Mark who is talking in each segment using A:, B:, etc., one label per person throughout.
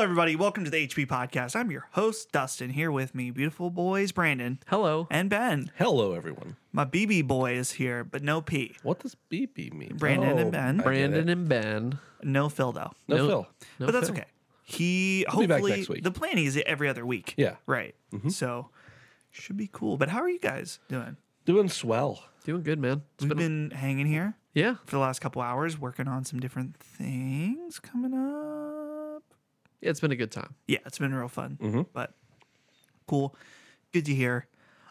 A: everybody. Welcome to the HP Podcast. I'm your host, Dustin, here with me, beautiful boys, Brandon
B: Hello.
A: and Ben.
C: Hello, everyone.
A: My BB boy is here, but no P.
C: What does BB mean?
A: Brandon and Ben.
C: Oh, I get
B: Brandon
C: it.
B: and Ben.
A: No Phil, though.
C: No,
B: No.
C: Phil.
B: No
A: but that's
B: Phil.
A: okay. He
C: be back
A: hopefully,
C: next week.
A: the plan is every other week.
C: Yeah. Mm-hmm.
A: Right. So, should be cool. But how are you guys doing?
C: Doing swell.
B: Doing good, man. It's
A: We've
B: been,
A: been hanging here
B: yeah,
A: for the last couple hours, working on some different things coming up.
B: yeah, it's been a good time.
A: yeah, it's been real fun. But cool. Good to hear.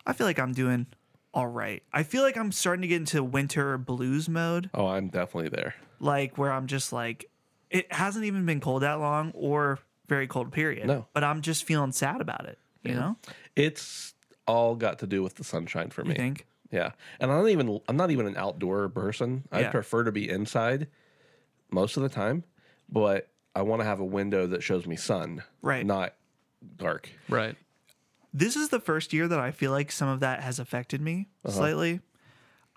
A: I feel like I'm doing all right. I feel like I'm starting to get into winter blues mode,
C: Oh, I'm definitely there.
A: like where I'm just like, it hasn't even been cold that long or very cold, period.
C: No.
A: But I'm just feeling sad about it, you know?
C: It's all got to do with the sunshine for me.
A: I think.
C: Yeah, and I'm not even I'm not even an outdoor person. I
A: Yeah.
C: prefer to be inside most of the time, but I want to have a window that shows me sun,
A: Right.
C: Not dark.
B: Right.
A: This is the first year that I feel like some of that has affected me slightly.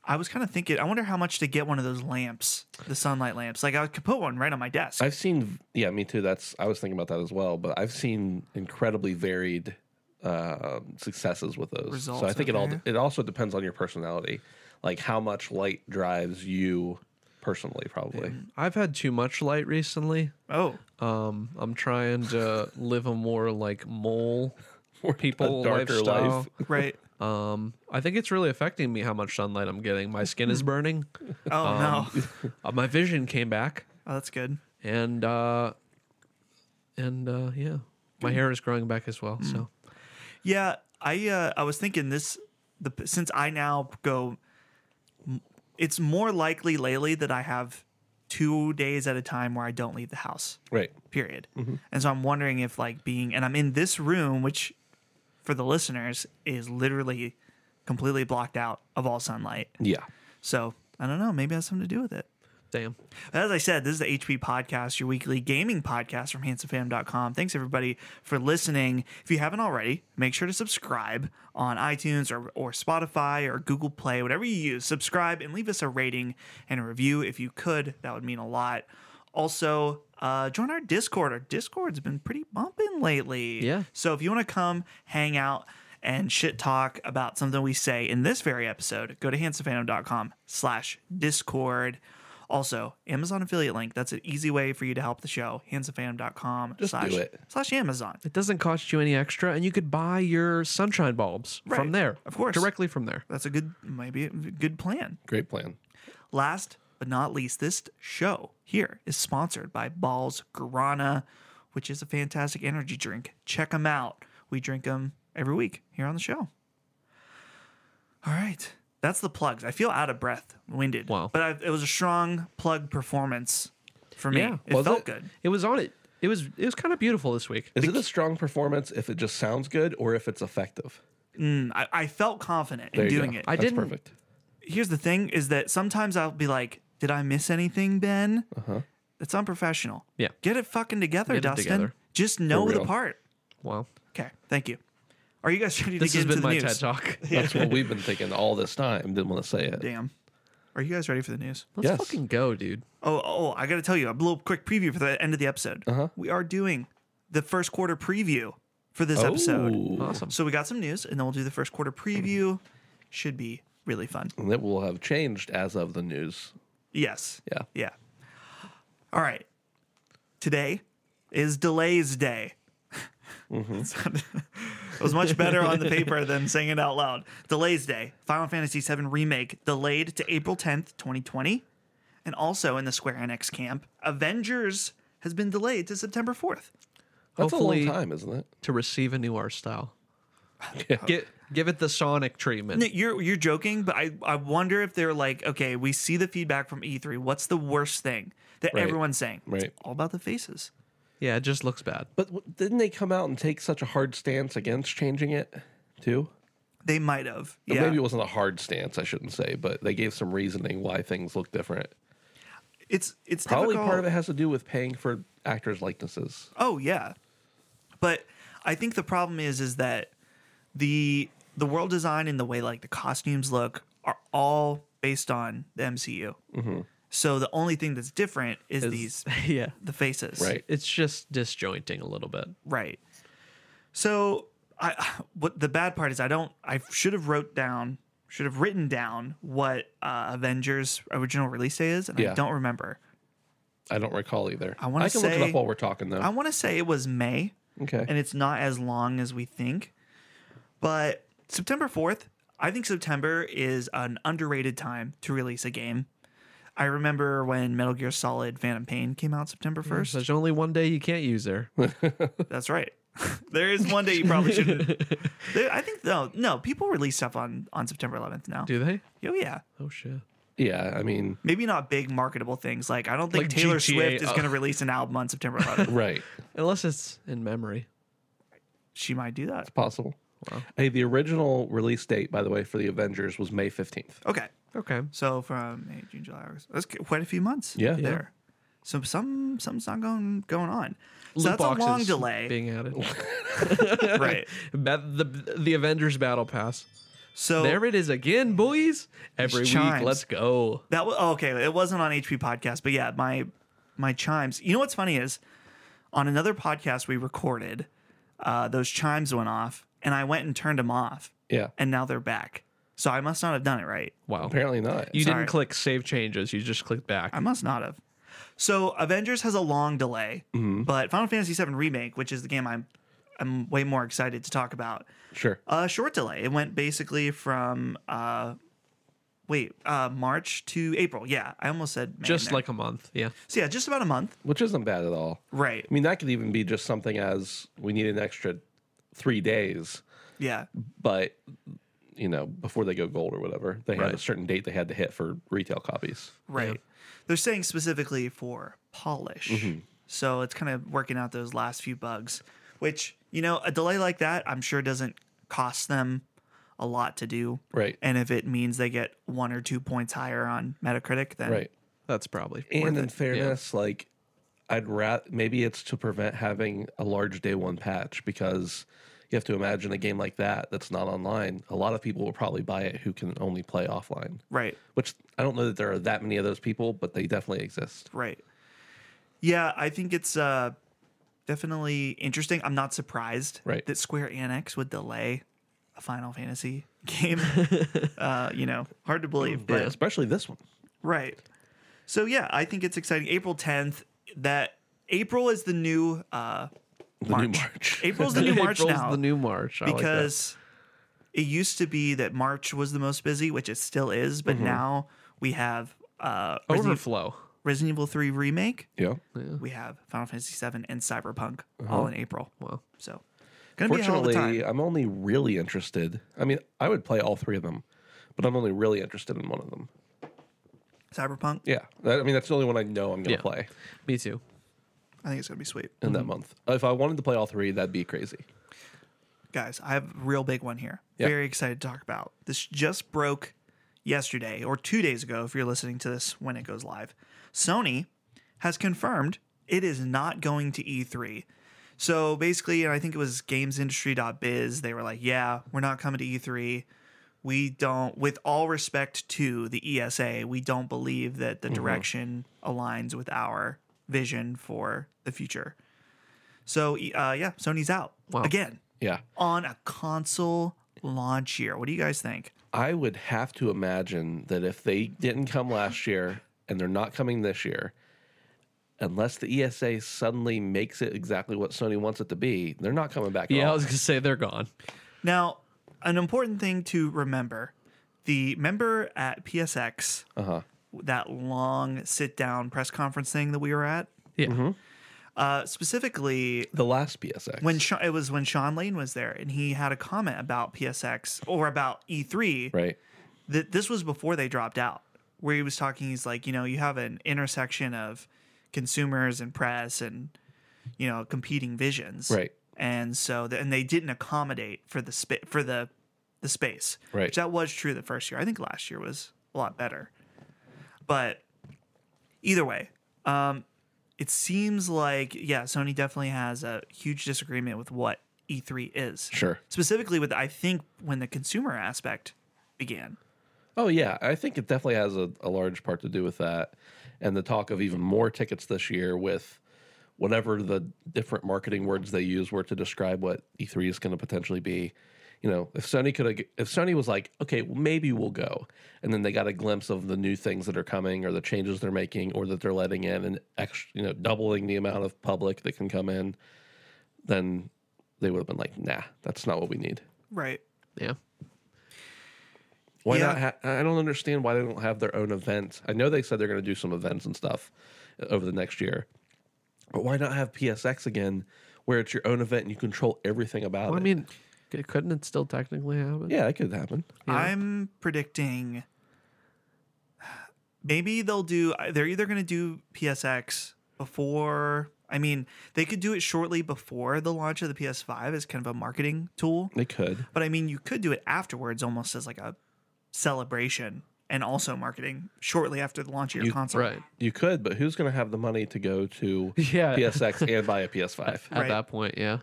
A: I was kind of thinking, I wonder how much to get one of those lamps, the sunlight lamps. Like I could put one right on my desk.
C: I've seen yeah, me too. That's I was thinking about that as well, but I've seen incredibly varied uh, successes with those.
A: Results,
C: so I think it all
A: okay.
C: it also depends on your personality, like how much light drives you personally, probably.
B: I've had too much light recently.
A: oh,
B: Um, I'm trying to live a more like mole people
C: darker
B: lifestyle.
C: life.
A: right.
B: Um, I think it's really affecting me how much sunlight I'm getting. My skin is burning.
A: Oh, no.
B: Uh, my vision came back,
A: Oh, that's good.
B: and uh, and uh, yeah, my hair is growing back as well. So
A: Yeah, I uh, I was thinking this the since I now go, it's more likely lately that I have two days at a time where I don't leave the house.
C: Right.
A: Period. And so I'm wondering if like being and I'm in this room, which for the listeners is literally completely blocked out of all sunlight.
C: Yeah.
A: So I don't know. Maybe it has something to do with it.
B: damn.
A: As I said, this is the HP Podcast, your weekly gaming podcast from handsomefam.com. Thanks everybody for listening. If you haven't already, make sure to subscribe on iTunes or, or Spotify or Google Play, whatever you use. Subscribe and leave us a rating and a review if you could. That would mean a lot. Also, uh, join our Discord. Our Discord's been pretty bumping lately.
B: Yeah.
A: So if you want to come hang out and shit talk about something we say in this very episode, go to handsomephantom.com slash discord. Also, Amazon affiliate link. That's an easy way for you to help the show. Handsomephantom.com
C: Just
A: slash,
C: do it.
A: slash Amazon.
B: It doesn't cost you any extra, and you could buy your sunshine bulbs
A: Right.
B: from there,
A: Of course.
B: directly from there.
A: That's a good, maybe a good plan.
C: Great plan.
A: Last but not least, this show here is sponsored by Balls Guarana, which is a fantastic energy drink. Check them out. We drink them every week here on the show. All right. That's the plugs. I feel out of breath, winded.
B: Wow.
A: But I, it was a strong plug performance for me.
B: Yeah.
A: it
C: Was
A: felt
C: it?
A: good.
B: It was on it. It was it was kind of beautiful this week.
C: Is it a strong performance if it just sounds good or if it's effective?
A: Mm, I, I felt confident
C: There
A: in
C: you
A: doing
C: go.
A: it.
B: I
C: That's
B: didn't-
C: perfect.
A: Here's the thing is that sometimes I'll be like, did I miss anything, Ben? Uh-huh. That's unprofessional.
B: Yeah.
A: Get it fucking together,
B: Get it
A: Dustin.
B: together.
A: Just know
C: For
A: the
C: real.
A: part.
B: Wow.
A: Okay, thank you. Are you guys ready
B: This
A: to
B: has
A: get into
B: been
A: the
B: my
A: news?
B: TED talk.
C: That's what we've been thinking all this time. Didn't want to say it.
A: Damn. Are you guys ready for the news?
B: Let's
C: Yes.
B: fucking go, dude.
A: Oh, oh, I got to tell you a little quick preview for the end of the episode. Uh-huh. We are doing the first quarter preview for this episode.
C: Ooh.
B: Awesome.
A: So we got some news, and then we'll do the first quarter preview. Should be really fun.
C: And it will have changed as of the news.
A: Yes.
C: Yeah.
A: Yeah. All right. Today is delays day.
C: Mm-hmm.
A: it was much better on the paper than saying it out loud. Delays day. Final Fantasy VII remake delayed to April 10th, 2020. And also in the Square Enix camp, Avengers has been delayed to September 4th.
C: That's
B: Hopefully-
C: a long time, isn't it?
B: To receive a new art style. Get give it the Sonic treatment.
A: No, You're you're joking, but I, I wonder if they're like, okay, we see the feedback from E3. What's the worst thing that
C: Right.
A: everyone's saying?
C: Right.
A: It's all about the faces.
B: Yeah, it just looks bad.
C: But w- didn't they come out and take such a hard stance against changing it too?
A: They might have.
C: Or
A: Yeah.
C: Maybe it wasn't a hard stance, I shouldn't say, but they gave some reasoning why things look different.
A: It's it's
C: Probably
A: difficult.
C: part of it has to do with paying for actors' likenesses.
A: Oh yeah, but I think the problem is is that the the world
C: Mm-hmm.
A: design and the way like the costumes look are all based on the MCU, So the only thing that's different is,
B: Is-
A: these
B: yeah.
A: the faces.
C: Right.
B: It's just disjointing a little bit.
A: Right. So I what the bad part is I don't I should have wrote down should have written down what uh, Avengers original release day is and I
C: Yeah.
A: don't remember.
C: I don't recall either.
A: I wanna
C: I can look it
A: say-
C: up while we're talking though.
A: I want to say it was May
C: okay.
A: and it's not as long as we think. But September 4th, I think September is an underrated time to release a game. I remember when Metal Gear Solid Phantom Pain came out September 1st.
B: There's only one day you can't use there.
A: That's right. there is one day you probably shouldn't. There- I think no, no. People release stuff on on September 11th now.
B: Do they?
A: Oh yeah,
B: Oh shit.
C: Yeah, I mean,
A: maybe not big marketable things. Like I don't think
B: Like
A: Taylor
B: GTA,
A: Swift is
B: uh.
A: going to release an album on September 11th.
C: right.
B: Unless it's in memory.
A: she might do that.
C: Possible.
B: Wow.
C: Hey, the original release date, by the way, for the Avengers was May 15th.
A: Okay,
B: Okay.
A: so from May, June, July, August. That's quite a few months.
C: Yeah. Yeah.
A: there. So some something's not going going on. So
B: Loot
A: that's a long
B: boxes
A: delay,
B: Being added.
A: right?
B: Bat- the the Avengers Battle Pass.
A: So
B: There it is again, boys. Every week,
A: chimes.
B: let's go.
A: That was oh, okay. It wasn't on HP podcast, but yeah, my my chimes. You know what's funny is on another podcast we recorded, uh, those chimes went off, and I went and turned them off,
C: Yeah.
A: and now they're back. So I must not have done it right.
B: Wow.
C: Apparently not.
B: You
A: Sorry.
B: didn't click save changes. You just clicked back.
A: I must not have. So Avengers has a long delay,
B: Mm-hmm.
A: but Final Fantasy VII remake, which is the game I'm I'm way more excited to talk about,
C: sure.
A: a short delay. It went basically from uh, wait uh, March to April. Yeah, I almost said May in
B: just
A: there.
B: like a month. Yeah.
A: so yeah, just about a month.
C: Which isn't bad at all.
A: Right.
C: I mean, that could even be just something as we need an extra three days,
A: Yeah.
C: but, you know, before they go gold or whatever, they had a
B: Right.
C: certain date they had to hit for retail copies.
A: Right.
B: Yeah.
A: They're saying specifically for polish.
B: Mm-hmm.
A: So it's kind of working out those last few bugs, which, you know, a delay like that, I'm sure doesn't cost them a lot to do.
C: Right.
A: And if it means they get one or two points higher on Metacritic, then
C: Right.
B: That's probably.
C: And in fairness, like I'd rather maybe it's to prevent having a large day one patch because you have to imagine a game like that that's not online. A lot of people will probably buy it who can only play offline,
A: right,
C: which I don't know that there are that many of those people, but they definitely exist.
A: right. Yeah, I think it's uh, definitely interesting. I'm not surprised
C: Right.
A: that Square Enix would delay a Final Fantasy game. uh, you know, hard to believe, but
C: Yeah, especially this one.
A: Right. So yeah, I think it's exciting. April 10th. That April is the new uh
C: The
A: March.
C: new March.
A: April's the new March
B: April's
A: now
B: the new March. I like that.
A: because it used to be that March was the most busy, which it still is,
B: Mm-hmm.
A: but now we have uh Resident,
B: overflow.
A: Resident Evil 3 remake.
C: yeah.
A: We have Final Fantasy 7 and Cyberpunk all in April.
B: Uh-huh. Wow. uh,
A: So gonna be a hell of a
C: Fortunately,
A: time.
C: I'm only really interested. I mean, I would play all three of them, but I'm only really interested in one of them.
A: Cyberpunk.
C: Yeah. That, I mean, that's the only one I know I'm going to
B: Yeah. Mm-hmm.
C: play
B: Me too.
A: I think it's gonna be sweet.
C: in that month. If I wanted to play all three, that'd be crazy.
A: guys, I have a real big one here.
C: Yeah.
A: Very excited to talk about. This just broke yesterday or two days ago, if you're listening to this when it goes live. Sony has confirmed it is not going to E3. So basically, and I think it was gamesindustry.biz, they were like, yeah, we're not coming to E3. We don't, with all respect to the ESA, we don't believe that the direction aligns with our vision for the future. So, uh, yeah, Sony's out
B: Wow.
A: again
C: Yeah.
A: on a console launch year. What do you guys think?
C: I would have to imagine that if they didn't come last year and they're not coming this year, unless the ESA suddenly makes it exactly what Sony wants it to be, they're not coming back.
B: Yeah,
C: at
B: I
C: all.
B: was gonna say they're gone.
A: Now, an important thing to remember the member at PSX,
C: Uh-huh.
A: that long sit down press conference thing that we were at,
B: Yeah.
A: uh, specifically
C: the last PSX.
A: when Sha it was when Sean Lane was there and he had a comment about PSX or about E3
C: right,
A: that this was before they dropped out where he was talking he's like you know you have an intersection of consumers and press and you know competing visions
C: Right.
A: and so the, and they didn't accommodate for the spa- for the the space
C: Right.
A: which that was true the first year i think last year was a lot better but either way um it seems like yeah sony definitely has a huge disagreement with what e3 is
C: sure.
A: specifically with i think when the consumer aspect began
C: Oh yeah, I think it definitely has a, a large part to do with that, and the talk of even more tickets this year with whatever the different marketing words they use were to describe what E3 is going to potentially be. You know, if Sony could, if Sony was like, okay, well, maybe we'll go, and then they got a glimpse of the new things that are coming, or the changes they're making, or that they're letting in, and extra, you know, doubling the amount of public that can come in, then they would have been like, nah, that's not what we need.
A: Right.
B: Yeah.
C: Why
A: Yeah.
C: not? Ha- I don't understand why they don't have their own events. I know they said they're going to do some events and stuff uh, over the next year, but why not have PSX again, where it's your own event and you control everything about
B: Well, I
C: it?
B: mean, c- couldn't it still technically happen?
C: yeah, that could happen.
A: I'm predicting maybe they'll do uh, they're either going to do PSX before I mean, they could do it shortly before the launch of the PS5 as kind of a marketing tool,
C: They could.
A: but I mean, you could do it afterwards almost as like a celebration and also marketing shortly after the launch of your
C: You-
A: console.
B: Right.
C: You could, but who's going to have the money to go to
B: Yeah.
C: PSX and buy a PS5?
B: At
A: Right.
B: that point, yeah.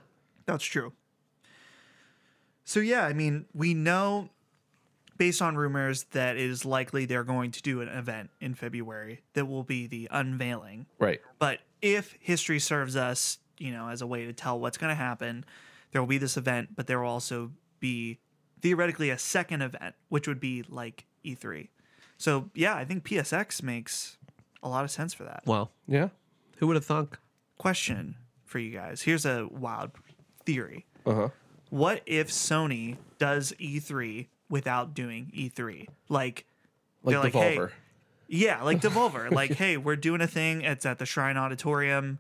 A: That's true. So yeah, I mean, we know based on rumors that it is likely they're going to do an event in February that will be the unveiling.
C: Right.
A: But if history serves us, you know, as a way to tell what's going to happen, there will be this event, but there will also be theoretically a second event, which would be like E3. So yeah, I think PSX makes a lot of sense for that.
B: Well,
C: Yeah.
B: who would have thunk?
A: Question for you guys. Here's a wild theory.
C: Uh huh.
A: what if Sony does E3 without doing E3? Like,
C: Like
A: They're like, hey,
C: Devolver.
A: yeah, like Devolver. like, hey, we're doing a thing. It's at the Shrine Auditorium.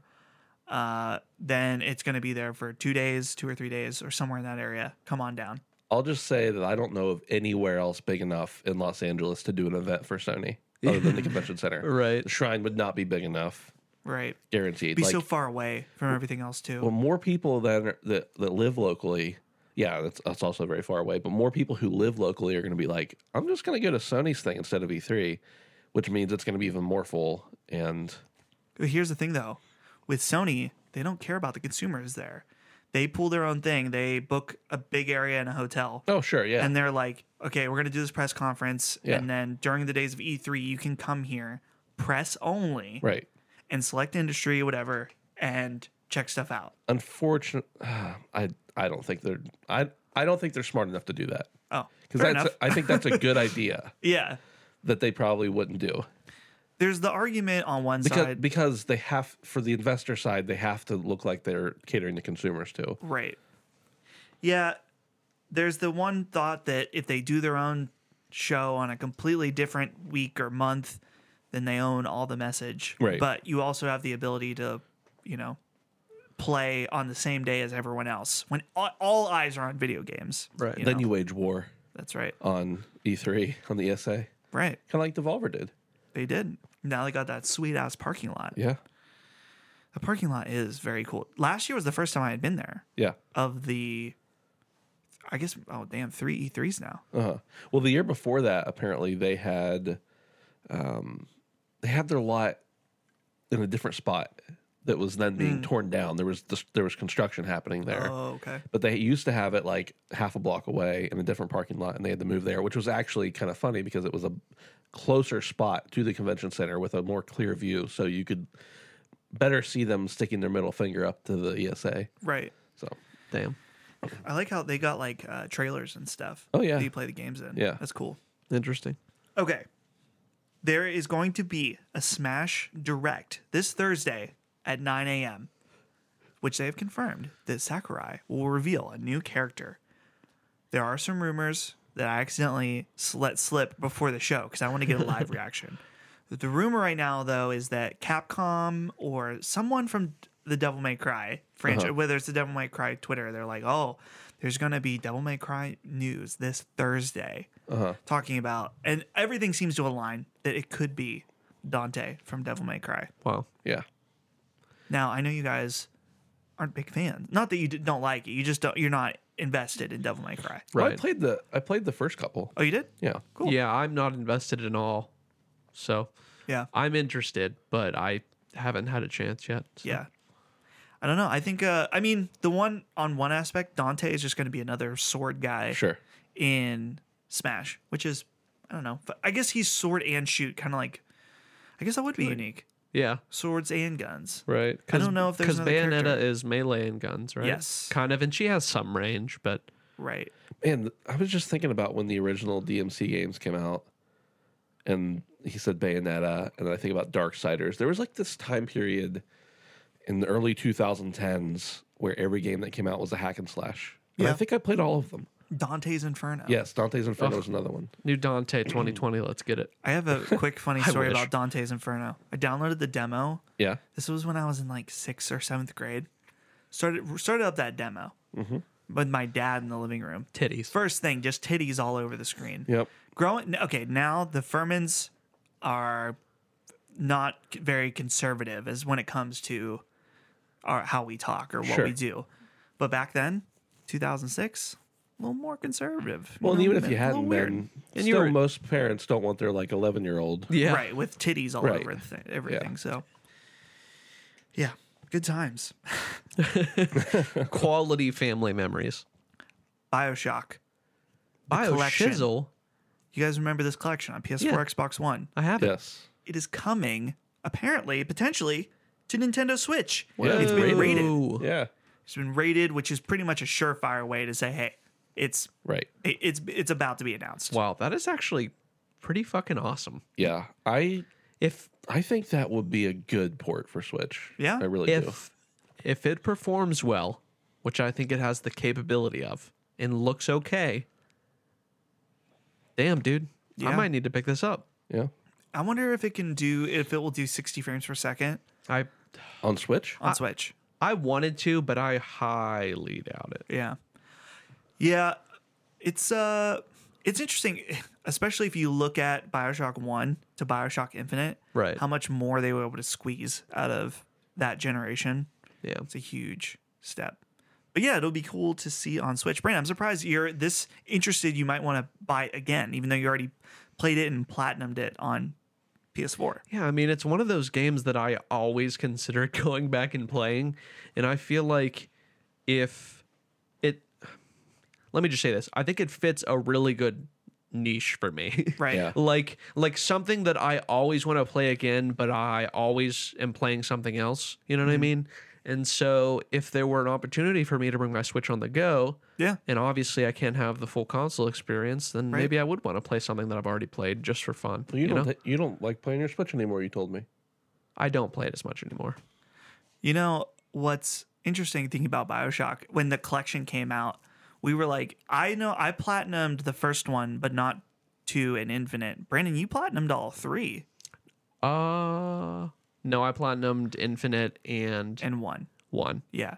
A: Uh, then it's going to be there for two days, two or three days, or somewhere in that area. Come on down.
C: I'll just say that I don't know of anywhere else big enough in Los Angeles to do an event for Sony other than the convention center.
B: Right.
C: The shrine would not be big enough,
A: Right.
C: guaranteed.
A: Be
C: Like-
A: so far away from everything else, too.
C: well more people than are- that that live locally yeah that's that's also very far away but more people who live locally are going to be like i'm just going to go to sony's thing instead of e3 which means it's going to be even more full and
A: But here's the thing, though with Sony, they don't care about the consumers there. They pull their own thing, they book a big area in a hotel.
C: oh sure yeah
A: and they're like, okay, we're gonna do this press conference,
C: Yeah.
A: and then during the days of E3, you can come here, press only,
C: right
A: and select industry, whatever, and check stuff out.
C: unfortunately i i don't think they're i i don't think they're smart enough to do that
A: Oh,
C: because
A: fair
C: that's
A: enough.
C: i think that's a good idea
A: yeah.
C: that they probably wouldn't do
A: There's the argument on one
C: because
A: side,
C: because they have for the investor side they have to look like they're catering to consumers too
A: right? Yeah. There's the one thought that if they do their own show on a completely different week or month, then they own all the message.
C: Right.
A: But you also have the ability to, you know, play on the same day as everyone else when all, all eyes are on video games.
B: Right.
A: You
C: then
A: know?
C: you wage war
A: That's right.
C: on e3 on the E esa
A: Right.
C: kind of like Devolver did.
A: They did. Now they got that sweet ass parking lot.
C: Yeah,
A: The parking lot is very cool. Last year was the first time I had been there
C: yeah.
A: of the, I guess, oh, damn, three E3s now.
C: Uh-huh. Well, the year before that, apparently they had, um, they had their lot in a different spot that was then being torn down. There was this, there was construction happening there.
A: Oh, okay.
C: But they used to have it like half a block away in a different parking lot, and they had to move there, which was actually kind of funny because it was a closer spot to the convention center with a more clear view, so you could better see them sticking their middle finger up to the ESA.
A: Right.
C: So
B: Damn.
A: I like how they got like uh, trailers and stuff.
C: Oh, yeah.
A: That you play the games in.
C: Yeah.
A: That's cool.
B: Interesting.
A: Okay. There is going to be a Smash Direct this Thursday at 9 a.m., which they have confirmed that Sakurai will reveal a new character. There are some rumors that I accidentally s- let slip before the show because I want to get a live reaction. The rumor right now, though, is that Capcom or someone from the Devil May Cry franchise, whether it's the Devil May Cry Twitter, they're like, oh, there's going to be Devil May Cry news this Thursday talking about, and everything seems to align that it could be Dante from Devil May Cry.
B: Wow.
C: yeah,
A: Now, I know you guys aren't big fans. Not that you d- don't like it, you just don't, you're not invested in Devil May Cry.
C: Well, I
B: Right.
C: played the I played the first couple.
A: Oh, you did?
C: Yeah.
A: Cool.
B: Yeah, I'm not invested in all. So
A: Yeah.
B: I'm interested, but I haven't had a chance yet. so.
A: Yeah. I don't know. I think, uh, I mean, the one on one aspect, Dante is just going to be another sword guy
C: Sure.
A: in Smash, which is, I don't know. But I guess he's sword and shoot, kind of like. I guess that would be unique.
B: Yeah.
A: Swords and guns.
B: Right.
A: I don't know if there's
B: because
A: another
B: Bayonetta
A: character.
B: is melee and guns, right?
A: Yes.
B: Kind of, and she has some range, but
A: Right.
C: Man, I was just thinking about when the original DMC games came out, and he said Bayonetta, and I think about Darksiders. There was like this time period in the early 2010s where every game that came out was a hack and slash. And I
A: Yeah.
C: think I played all of them.
A: Dante's Inferno.
C: Yes, Dante's Inferno was another one.
B: new Dante 2020. let's get it.
A: I have a quick funny story
C: wish.
A: about Dante's Inferno. I downloaded the demo.
C: Yeah.
A: This was when I was in like sixth or seventh grade. Started started up that demo
C: Mm-hmm.
A: with my dad in the living room.
B: Titties.
A: First thing, just titties all over the screen.
C: Yep.
A: Growing okay, now the Furmans are not c- very conservative as when it comes to our, how we talk or what
C: Sure.
A: we do. But back then, 2006, a little more conservative.
C: Well, and
A: know,
C: even if
A: a
C: you
A: little
C: hadn't
A: weird.
C: been,
B: And you
C: still
B: were-
C: most parents don't want their like 11 year old.
B: Yeah.
A: right with titties all
C: Right.
A: over th- everything so yeah good times
B: Quality family memories.
A: bioshock
B: Bio
A: collection.
B: Shizzle.
A: you guys remember this collection on ps4
B: Yeah.
A: xbox one
B: I have it.
C: Yes.
A: it is coming apparently potentially to nintendo switch
C: Yeah,
A: it's been
C: rated.
A: rated
B: Ooh.
C: Yeah.
A: it's been rated which is pretty much a surefire way to say hey it's
C: Right.
A: it- it's it's about to be announced
B: Wow, that is actually pretty fucking awesome.
C: Yeah. I
B: If
C: I think that would be a good port for Switch.
A: Yeah?
C: I really do.
B: if if it performs well, which I think it has the capability of, and looks okay. Damn, dude, I
A: Yeah.
B: might need to pick this up.
C: Yeah.
A: i wonder if it can do if it will do 60 frames per second
B: I
C: On Switch?
A: on switch
B: I wanted to, but I highly doubt it.
A: Yeah. Yeah. It's uh it's interesting, especially if you look at Bioshock One to Bioshock Infinite.
B: Right.
A: How much more they were able to squeeze out of that generation.
B: Yeah.
A: It's a huge step. But yeah, it'll be cool to see on Switch. Brandon, I'm surprised you're this interested. You might want to buy it again, even though you already played it and platinumed it on PS4.
B: Yeah, I mean, it's one of those games that I always consider going back and playing. And I feel like if it, let me just say this I think it fits a really good niche for me.
A: Right.
C: Yeah.
B: like like something that I always want to play again, but I always am playing something else. You know what I mean? And so if there were an opportunity for me to bring my Switch on the go,
A: Yeah.
B: and obviously I can't have the full console experience, then
A: Right.
B: maybe I would want to play something that I've already played just for fun.
C: Well, you, don't th- you don't like playing your Switch anymore. You told me.
B: I don't play it as much anymore.
A: You know what's interesting thinking about Bioshock when the collection came out, we were like, I know I platinumed the first one, but not two and Infinite. Brandon, you platinumed all three
B: Uh no, I platinumed Infinite and
A: and one.
B: one.
A: Yeah,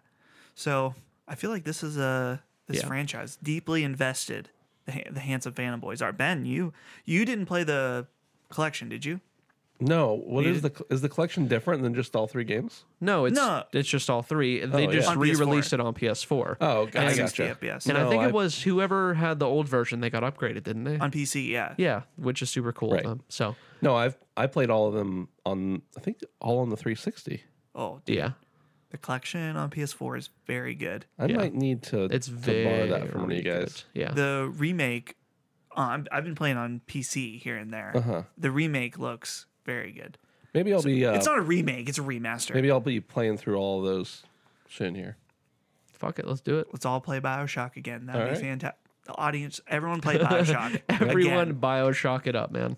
A: so I feel like this is a this
B: Yeah.
A: franchise deeply invested. The, ha- the handsome fanboys are Ben. You you didn't play the collection, did you?
C: No. What is
A: You-
C: the the is the collection different than just all three games?
B: No, it's
A: No.
B: it's just all three. They
C: Oh, yeah.
B: just
A: On PS4.
B: re-released it on PS4.
C: Oh, I
A: At 60
C: gotcha.
A: FPS.
B: and I
C: no,
B: think
C: I-
B: it was whoever had the old version they got upgraded, didn't they?
A: on PC, yeah.
B: yeah, which is super cool. of
C: Right.
B: them. So
C: No, I've I played all of them on I think all on the 360.
A: Oh, dude,
B: yeah,
A: the collection on PS4 is very good.
C: I
B: Yeah.
C: might need to
B: it's
C: to
B: very
C: borrow that from one of you guys.
B: good. Yeah,
A: the remake uh, I'm- i've been playing on pc here and there
C: Uh-huh.
A: the remake looks very good
C: Maybe I'll be uh,
A: it's not a remake it's a remaster
C: maybe I'll be playing through all of those soon here.
B: fuck it, let's do it.
A: let's all play bioshock again that'd be
C: Alright.
A: fantastic the audience everyone play bioshock
B: Everyone,
A: again.
B: Bioshock it up, man.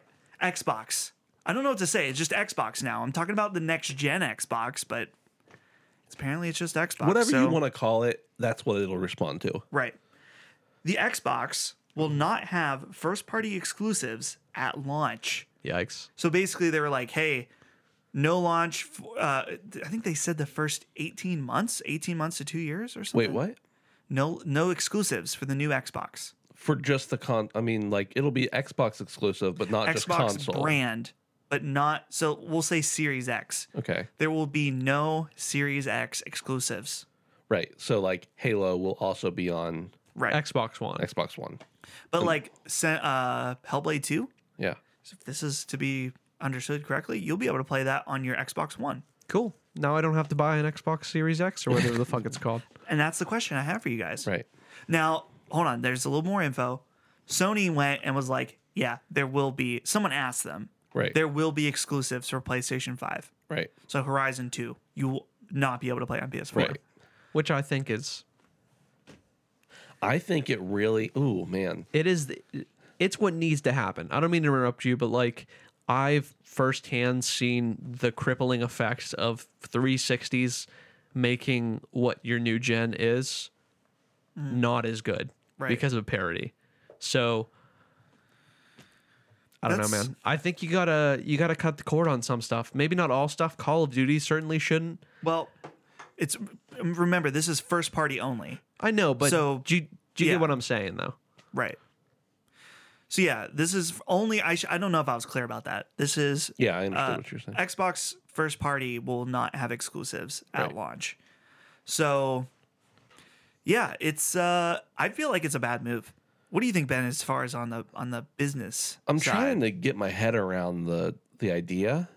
A: xbox i don't know what to say it's just xbox now i'm talking about the next gen xbox but it's apparently it's just xbox
C: Whatever
A: Uh, so-
C: you want to call it, that's what it'll respond to.
A: right the xbox will not have first party exclusives at launch
B: Yikes.
A: So basically, they were like, "Hey, no launch." f- Uh, I think they said the first eighteen months, eighteen months to two years or something.
C: Wait, what?
A: No, no exclusives for the new Xbox.
C: for just the con. I mean, like it'll be Xbox exclusive, but not Oh, just
A: Xbox
C: console.
A: brand, but not so we'll say Series X.
C: Okay,
A: There will be no Series X exclusives.
C: right. So like Halo will also be on
A: Right.
B: Xbox One.
C: Xbox One.
A: but like se- uh Hellblade 2,
C: Yeah,
A: if this is to be understood correctly, you'll be able to play that on your Xbox One.
B: Cool. Now I don't have to buy an Xbox Series X or whatever the fuck it's called.
A: And that's the question I have for you guys.
C: right.
A: Now, hold on. There's a little more info. Sony went and was like, yeah, there will be, someone asked them,
C: Right.
A: there will be exclusives for PlayStation 5.
C: Right.
A: So Horizon 2, you will not be able to play on PS4.
C: Right.
B: Which I think is
C: I think it really. Ooh, man.
B: it is the, it's what needs to happen. I don't mean to interrupt you, but like I've firsthand seen the crippling effects of 360s making what your new gen is not as good
A: Mm. Right.
B: because of parity. So I don't know,
A: That's-
B: man. I think you gotta you gotta cut the cord on some stuff. Maybe not all stuff. Call of Duty certainly shouldn't.
A: Well, it's, remember, this is first party only.
B: I know, but
A: So,
B: do you, do you
A: yeah.
B: get what I'm saying though?
A: Right. So yeah, this is only I sh- I don't know if I was clear about that. This is
C: Yeah, I understand
A: uh,
C: what you're saying.
A: Xbox first party will not have exclusives at
C: Right.
A: launch. So yeah, it's uh I feel like it's a bad move. What do you think Ben as far as on the on the business?
C: I'm trying to get my head around the the idea.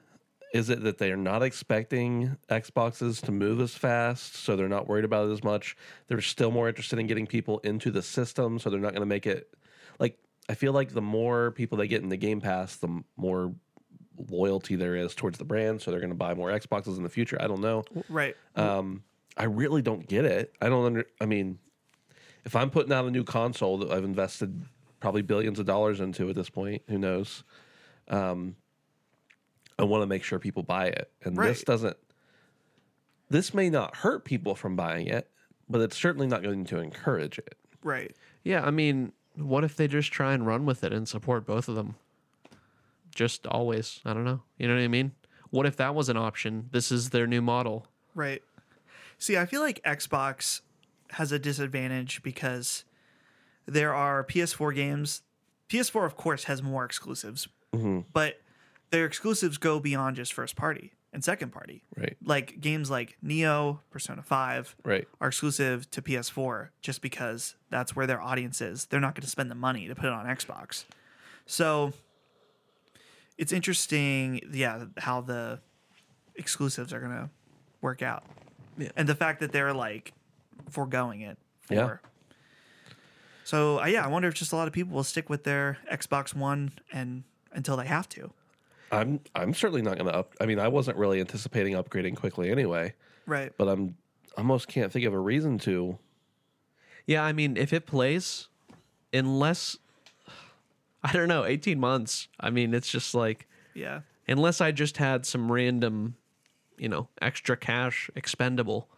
C: Is it that they're not expecting Xboxes to move as fast, so they're not worried about it as much? They're still more interested in getting people into the system, so they're not going to make it like I feel like the more people they get in the Game Pass, the m- more loyalty there is towards the brand, so they're going to buy more Xboxes in the future. I don't know.
A: Right.
C: Um, I really don't get it. I don't under. I mean, if I'm putting out a new console that I've invested probably billions of dollars into at this point, who knows? Um, I want to make sure people buy it, and this
A: Right.
C: doesn't. This may not hurt people from buying it, but it's certainly not going to encourage it.
A: Right.
B: Yeah, I mean, what if they just try and run with it and support both of them? Just always. I don't know. You know what I mean? What if that was an option? This is their new model.
A: Right. See, I feel like Xbox has a disadvantage because there are PS4 games. PS4, of course, has more exclusives,
C: Mm-hmm.
A: but their exclusives go beyond just first party and second party.
C: Right.
A: Like games like Neo, Persona 5
C: Right.
A: are exclusive to PS4 just because that's where their audience is. They're not going to spend the money to put it on Xbox. So it's interesting, yeah, how the exclusives are going to work out. And the fact that they're like foregoing it for.
C: Yeah.
A: So uh, yeah, I wonder if just a lot of people will stick with their Xbox One and until they have to.
C: I'm. I'm certainly not going to up. I mean, I wasn't really anticipating upgrading quickly anyway,
A: Right.
C: but I'm. I Almost can't think of a reason to.
B: Yeah, I mean, if it plays, unless I don't know, 18 months. I mean, it's just like
A: Yeah.
B: unless I just had some random, you know, extra cash expendable,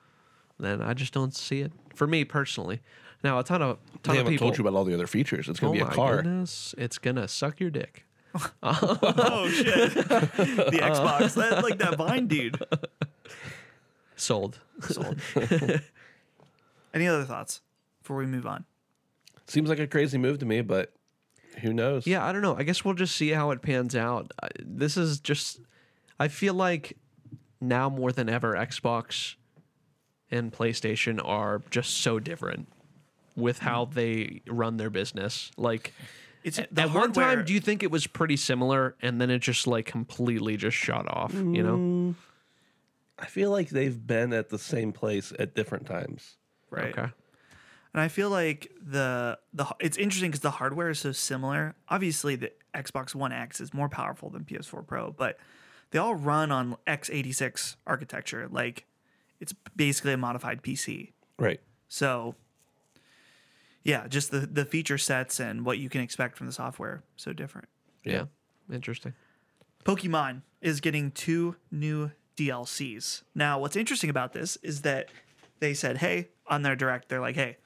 B: then I just don't see it for me personally. Now, a ton of ton
C: They
B: of
C: haven't
B: people
C: told you about all the other features. It's going to be a car.
B: Oh goodness, it's gonna suck your dick.
A: Oh shit. the Xbox.
B: Uh-huh.
A: That like that Vine dude.
B: Sold.
A: Sold. Any other thoughts before we move on?
C: Seems like a crazy move to me, but who knows?
B: Yeah, I don't know. I guess we'll just see how it pans out. I- This is just, I feel like now more than ever, Xbox and PlayStation are just so different with how they run their business. Like,
A: It's the
B: at one
A: hardware-
B: time, do you think it was pretty similar, and then it just like completely just shut off? You
A: Mm.
B: know?
C: I feel like they've been at the same place at different times.
A: right?
B: Okay.
A: And I feel like the the it's interesting because the hardware is so similar. Obviously, the Xbox One X is more powerful than PS4 Pro, but they all run on x86 architecture. Like it's basically a modified PC.
C: Right.
A: So yeah, just the the feature sets and what you can expect from the software so different.
B: Yeah. Interesting.
A: Pokemon is getting two new DLCs. Now, what's interesting about this is that they said, hey, on their direct, they're like, hey,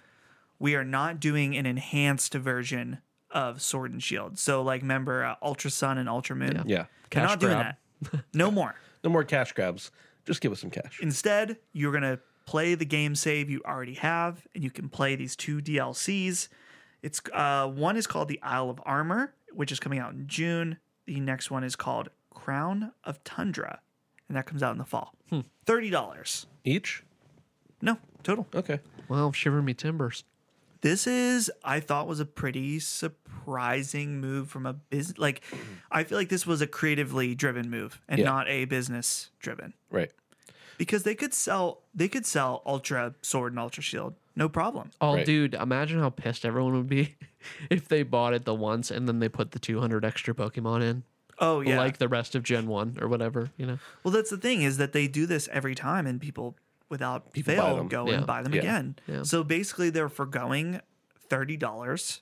A: we are not doing an enhanced version of Sword and Shield. So, like, remember uh, Ultra Sun and Ultra Moon?
C: Yeah.
A: They're
B: Cash
A: not doing
B: grab.
A: that. No more.
C: No more cash grabs. Just give us some cash.
A: Instead, you're going to play the game save you already have, and you can play these two DLCs. It's uh, one is called the Isle of Armor, which is coming out in June. The next one is called Crown of Tundra, and that comes out in the fall. Thirty dollars.
C: Each?
A: No total.
C: Okay.
B: Well, shiver me timbers.
A: This is I thought was a pretty surprising move from a business. Like, I feel like this was a creatively driven move and
C: Yeah.
A: not a business driven
C: Right.
A: because they could sell they could sell Ultra Sword and Ultra Shield, no problem.
B: Oh,
C: Right.
B: dude, imagine how pissed everyone would be if they bought it the once and then they put the 200 extra Pokemon in,
A: Oh yeah,
B: like the rest of Gen 1 or whatever, you know?
A: Well, that's the thing is that they do this every time, and people without
C: People buy
A: fail
C: them.
A: go
B: Yeah.
A: and buy them
C: Yeah.
A: again.
B: Yeah.
A: So basically, they're forgoing thirty dollars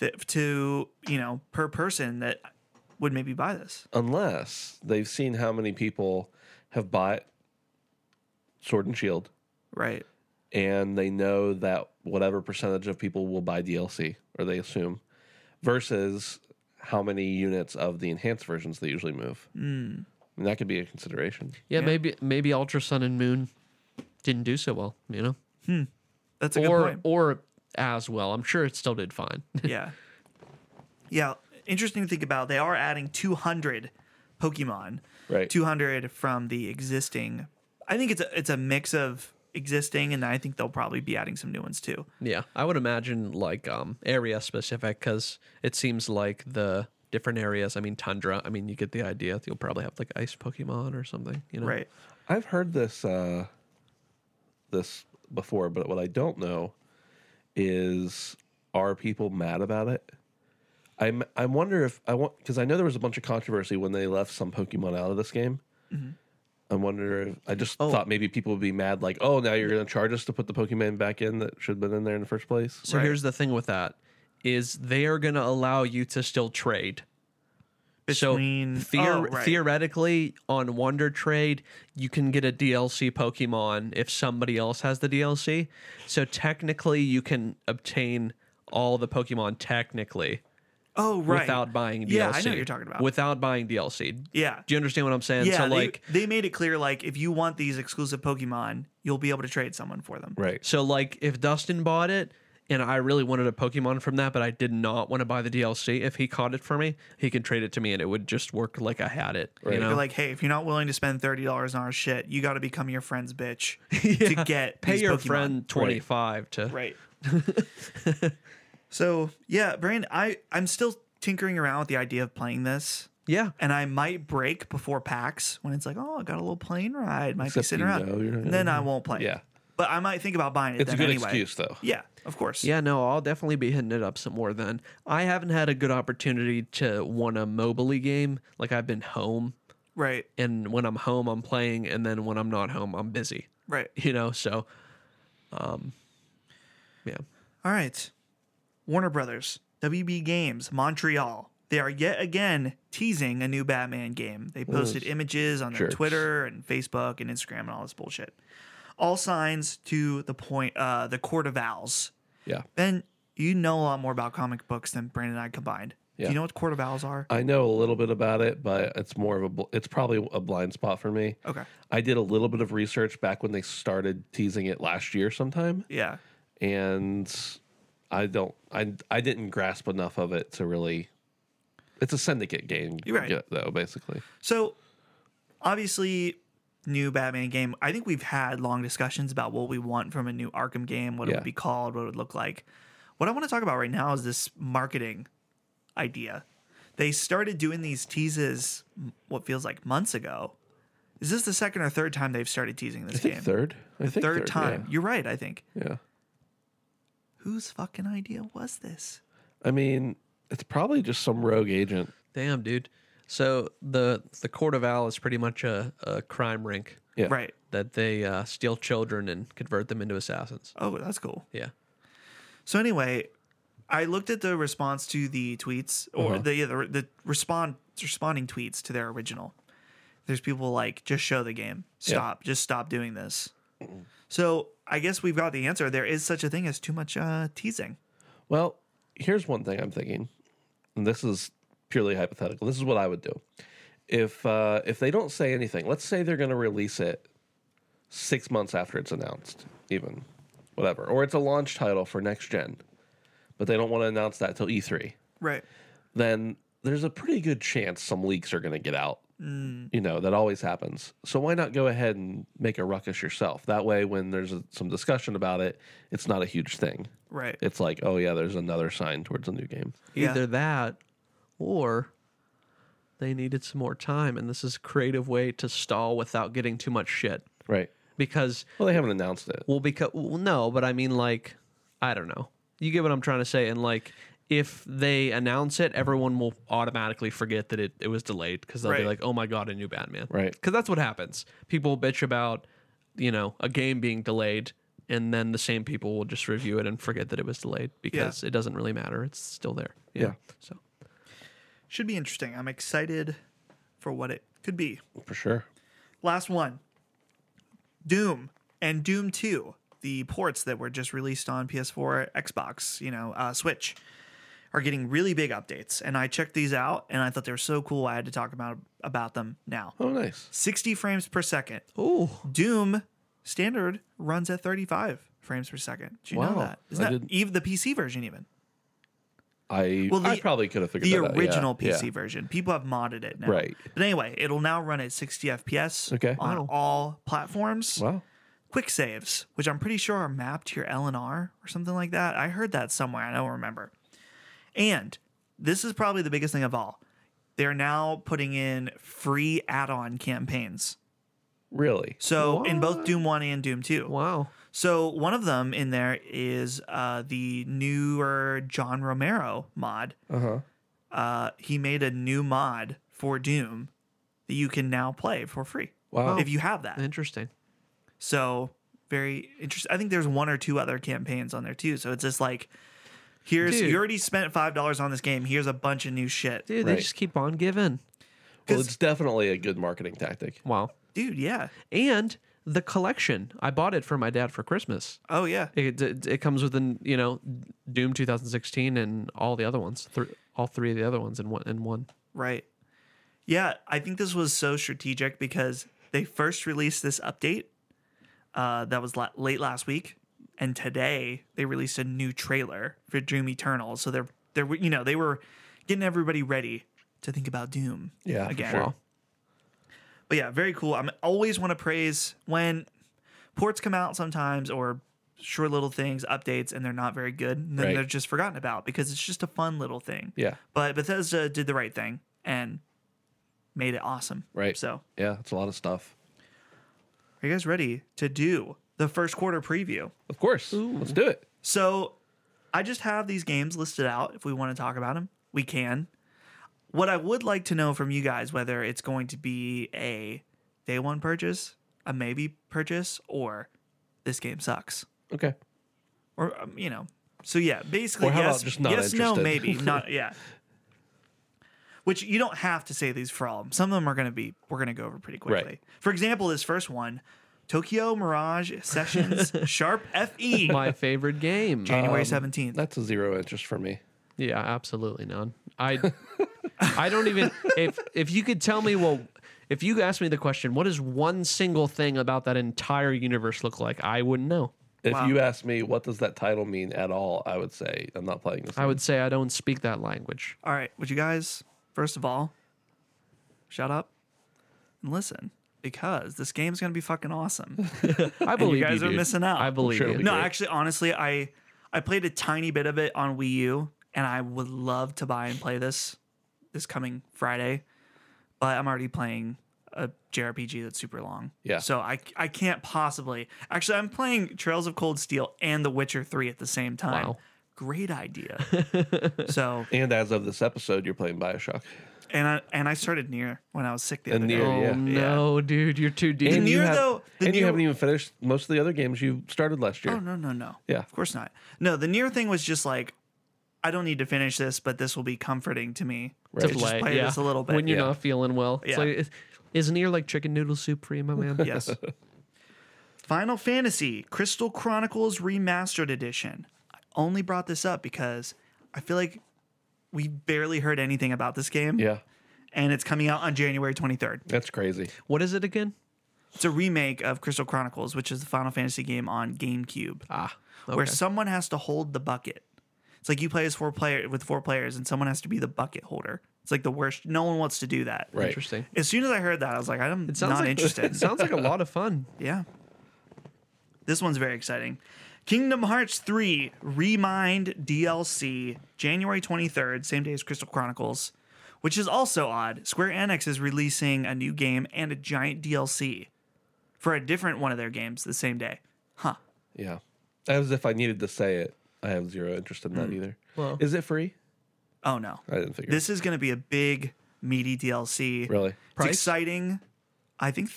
A: to you know per person that would maybe buy this.
C: Unless they've seen how many people have bought Sword and Shield
A: Right.
C: and they know that whatever percentage of people will buy DLC or they assume versus how many units of the enhanced versions they usually move. And that could be a consideration.
B: Yeah, maybe maybe Ultra Sun and Moon didn't do so well, you know?
A: That's a good
B: Or
A: point.
B: or as well. I'm sure it still did fine.
A: yeah. Yeah. Interesting to think about. They are adding two hundred Pokemon.
C: Right.
A: 200 from the existing. I think it's a, it's a mix of existing, and I think they'll probably be adding some new ones too.
B: yeah, I would imagine like um area specific cuz it seems like the different areas, I mean tundra, I mean you get the idea. You'll probably have like ice Pokemon or something, you know.
A: Right.
C: I've heard this uh, this before, but what I don't know is are people mad about it? I'm I wonder if I want because I know there was a bunch of controversy when they left some Pokemon out of this game. I wonder if I just thought maybe people would be mad, like, oh, now you're going to charge us to put the Pokemon back in that should have been in there in the first place.
B: So here's the thing with that is they are going to allow you to still trade.
A: Between-
B: so theor-
A: oh, right.
B: theoretically on Wonder Trade, you can get a DLC Pokemon if somebody else has the DLC. So technically you can obtain all the Pokemon technically
A: Oh, right.
B: without buying DLC.
A: Yeah, I know what you're talking about.
B: Without buying DLC.
A: yeah.
B: Do you understand what I'm saying?
A: yeah,
B: so
A: they-
B: like
A: they, made it clear like if you want these exclusive Pokemon, you'll be able to trade someone for them.
C: Right.
B: So like if Dustin bought it and I really wanted a Pokemon from that, but I did not want to buy the DLC, if he caught it for me, he could trade it to me and it would just work like I had it. You
C: Right.
B: know?
A: They're like, hey, if you're not willing to spend thirty dollars on our shit, you got to become your friend's bitch to get
B: Pay
A: these
B: your
A: Pokemon.
B: friend twenty five to
A: Right. so yeah, Brand, I I'm still tinkering around with the idea of playing this.
B: Yeah.
A: and I might break before PAX when it's like, oh, I got a little plane ride, might
C: Except
A: be sitting
C: you
A: around.
C: know you're not
A: And then I won't play.
C: Yeah.
A: but I might think about buying it.
C: It's a
A: then
C: good
A: anyway.
C: excuse, though.
A: Yeah, of course.
B: Yeah, no, I'll definitely be hitting it up some more then. I haven't had a good opportunity to want a mobily game. Like I've been home
A: right,
B: and when I'm home I'm playing and then when I'm not home I'm busy.
A: right.
B: You know, so um yeah.
A: All right, Warner Brothers, WB Games, Montreal. They are yet again teasing a new Batman game. They posted images on their
C: jerks.
A: Twitter and Facebook and Instagram and all this bullshit. All signs to the point, uh, the Court of Owls.
C: Yeah.
A: Ben, you know a lot more about comic books than Brandon and I combined. Do
C: Yeah. Uh,
A: you know what Court of Owls are?
C: I know a little bit about it, but it's more of a bl- it's probably a blind spot for me.
A: Okay.
C: I did a little bit of research back when they started teasing it last year sometime
A: Yeah.
C: and I don't I I didn't grasp enough of it to really it's a syndicate game
A: You're right.
C: yeah, though basically.
A: So obviously new Batman game. I think we've had long discussions about what we want from a new Arkham game, what it
C: Yeah.
A: would be called, what it would look like. What I want to talk about right now is this marketing idea. They started doing these teases m- what feels like months ago. Is this the second or third time they've started teasing
C: I
A: this
C: think
A: game?
C: third. I think
A: Third
C: yeah.
A: time. You're right, I think.
C: Yeah.
A: Whose fucking idea was this?
C: I mean, it's probably just some rogue agent.
B: Damn, dude. So the the Court of Owl is pretty much a, a crime rink
C: Yeah.
A: Right.
B: that they uh, steal children and convert them into assassins.
A: Oh, that's cool.
B: Yeah.
A: So anyway, I looked at the response to the tweets or the, yeah, the the respond responding tweets to their original. There's people like just show the game. Stop. Just stop doing this. So I guess we've got the answer. There is such a thing as too much uh, teasing.
C: Well, here's one thing I'm thinking, and this is purely hypothetical. This is what I would do. If uh, if they don't say anything, let's say they're going to release it six months after it's announced, even whatever, or it's a launch title for next gen, but they don't want to announce that till E3,
A: Right.
C: then there's a pretty good chance some leaks are going to get out. You know, that always happens. So why not go ahead and make a ruckus yourself? That way, when there's a, some discussion about it, it's not a huge thing.
A: Right.
C: It's like, oh, yeah, there's another sign towards a new game.
A: Yeah.
B: Either that or they needed some more time and this is a creative way to stall without getting too much shit.
C: Right.
B: Because
C: Well, they haven't announced it.
B: well because well, no, but I mean like I don't know. You get what I'm trying to say and like if they announce it, everyone will automatically forget that it, it was delayed because they'll be
A: Right.
B: like, oh my God, a new Batman.
C: Right.
B: Because that's what happens. People bitch about, you know, a game being delayed, and then the same people will just review it and forget that it was delayed because it doesn't really matter. It's still there. you
C: Yeah.
B: know? So
A: Should be interesting. I'm excited for what it could be.
C: For sure.
A: Last one Doom and Doom 2, the ports that were just released on PS4, Xbox, you know, uh, Switch, are getting really big updates. And I checked these out and I thought they were so cool. I had to talk about, about them now.
C: Oh, nice.
A: 60 frames per second.
B: oh
A: Doom standard runs at 35 frames per second. Do you know
C: Wow.
A: that? Isn't
C: I
A: that
C: didn't-
A: even the PC version even?
C: I
A: Well,
C: I
A: the-
C: probably could have figured
A: the
C: that out. Yeah,
A: original
C: yeah.
A: PC version. People have modded it now.
C: Right.
A: But anyway, it'll now run at 60 FPS
C: Okay.
A: on
B: Wow.
A: all platforms.
C: Wow.
A: Quick saves, which I'm pretty sure are mapped to your LNR or something like that. I heard that somewhere. I don't remember. And this is probably the biggest thing of all. They're now putting in free add-on campaigns.
C: Really?
A: So in both Doom 1 and Doom 2.
B: wow,
A: So one of them in there is uh, the newer John Romero mod.
C: Uh huh.
A: Uh, he made a new mod for Doom that you can now play for free
C: Wow.
A: if you have that.
B: interesting.
A: So very interesting. I think there's one or two other campaigns on there too. So it's just like, here's
B: Dude.
A: you already spent five dollars on this game. Here's a bunch of new shit, dude.
B: Dude,
C: Right.
B: they just keep on giving.
C: Well,
A: 'cause-
C: it's definitely a good marketing tactic.
B: Wow,
A: yeah.
B: and the collection I bought it for my dad for Christmas.
A: Oh yeah.
B: It, it, it comes with an you know Doom 2016 and all the other ones, thr all three of the other ones in one in one.
A: Right. Yeah, I think this was so strategic because they first released this update uh, that was la- late last week, and today they released a new trailer for Doom Eternal. So they're they're you know they were getting everybody ready to think about Doom.
C: Yeah, for
A: again.
C: sure.
B: Wow.
A: But yeah, very cool. I'm always want to praise when ports come out sometimes or short little things updates and they're not very good and then
C: Right.
A: they're just forgotten about because it's just a fun little thing
C: Yeah.
A: but Bethesda did the right thing and made it awesome.
C: Right.
A: So,
C: Yeah, it's a lot of stuff.
A: are you guys ready to do the first quarter preview?
C: Of course. Let's do it.
A: So, I just have these games listed out. If we want to talk about them, we can. What I would like to know from you guys whether it's going to be a day one purchase, a maybe purchase, or this game sucks,
C: Okay.
A: or um, you know. So yeah, basically
C: Or how
A: yes,
C: about just not
A: yes, no,
C: interested?
A: maybe not. Yeah. Which you don't have to say these for all. of 'em. Some of them are going to be we're going to go over pretty quickly.
C: Right.
A: For example, this first one, Tokyo Mirage Sessions Sharp FE,
B: My favorite game.
A: January seventeenth.
C: That's a zero interest for me.
B: Yeah, absolutely none. I I don't even if if you could tell me well if you asked me the question, what does one single thing about that entire universe look like? I wouldn't know.
C: If
A: Wow.
C: you ask me what does that title mean at all, I would say I'm not playing this.
B: I would say I don't speak that language.
A: All right, would you guys first of all shut up and listen because this game's going to be fucking awesome.
B: I believe you,
A: guys are
B: dude.
A: missing out.
B: I believe
C: sure
B: you.
C: we
A: no,
C: do.
A: actually, honestly, I I played a tiny bit of it on Wii U, and I would love to buy and play this this coming Friday, but I'm already playing a JRPG that's super long.
C: Yeah.
A: So I I can't possibly. Actually, I'm playing Trails of Cold Steel and The Witcher Three at the same time.
B: Wow.
A: Great idea. so
C: And as of this episode, you're playing Bioshock.
A: and I and I started near when I was sick the
C: And
A: other
C: Nier,
A: day.
B: Oh
C: Yeah.
B: no, dude, you're too deep.
A: And
C: you
A: Nier,
C: have-
A: though, the
C: and you
A: Nier-
C: haven't even finished most of the other games you started last year.
A: Oh no no no.
C: Yeah.
A: Of course not. No, the near thing was just like, I don't need to finish this, but this will be comforting to me
B: to
A: to just
B: play,
A: play
B: yeah.
A: this a little bit.
B: when you're not feeling well. It's
A: Yeah.
B: like, it- isn't ear like chicken noodle soup for you, my man?
A: yes. Final Fantasy Crystal Chronicles Remastered Edition. I only brought this up because I feel like we barely heard anything about this game.
C: Yeah,
A: And it's coming out on January 23rd.
C: that's crazy.
B: What is it again?
A: It's a remake of Crystal Chronicles, which is the Final Fantasy game on GameCube,
B: Ah,
A: where
B: okay.
A: someone has to hold the bucket. It's like you play as four player with four players, and someone has to be the bucket holder. It's like the worst. No one wants to do that.
C: Right.
B: Interesting.
A: As soon as I heard that, I was like, I'm
B: It sounds
A: not
B: like,
A: interested.
B: It sounds like a lot of fun.
A: Yeah. This one's very exciting. Kingdom Hearts 3 Remind DLC, January 23rd, same day as Crystal Chronicles, which is also odd. Square Enix is releasing a new game and a giant DLC for a different one of their games the same day. Huh.
C: Yeah. As if I needed to say it. I have zero interest in that either.
B: Well.
C: Is it free?
A: Oh no.
C: I didn't figure.
A: This is going to be a big, meaty DLC.
C: really.
A: It's
B: Price?
A: exciting. I think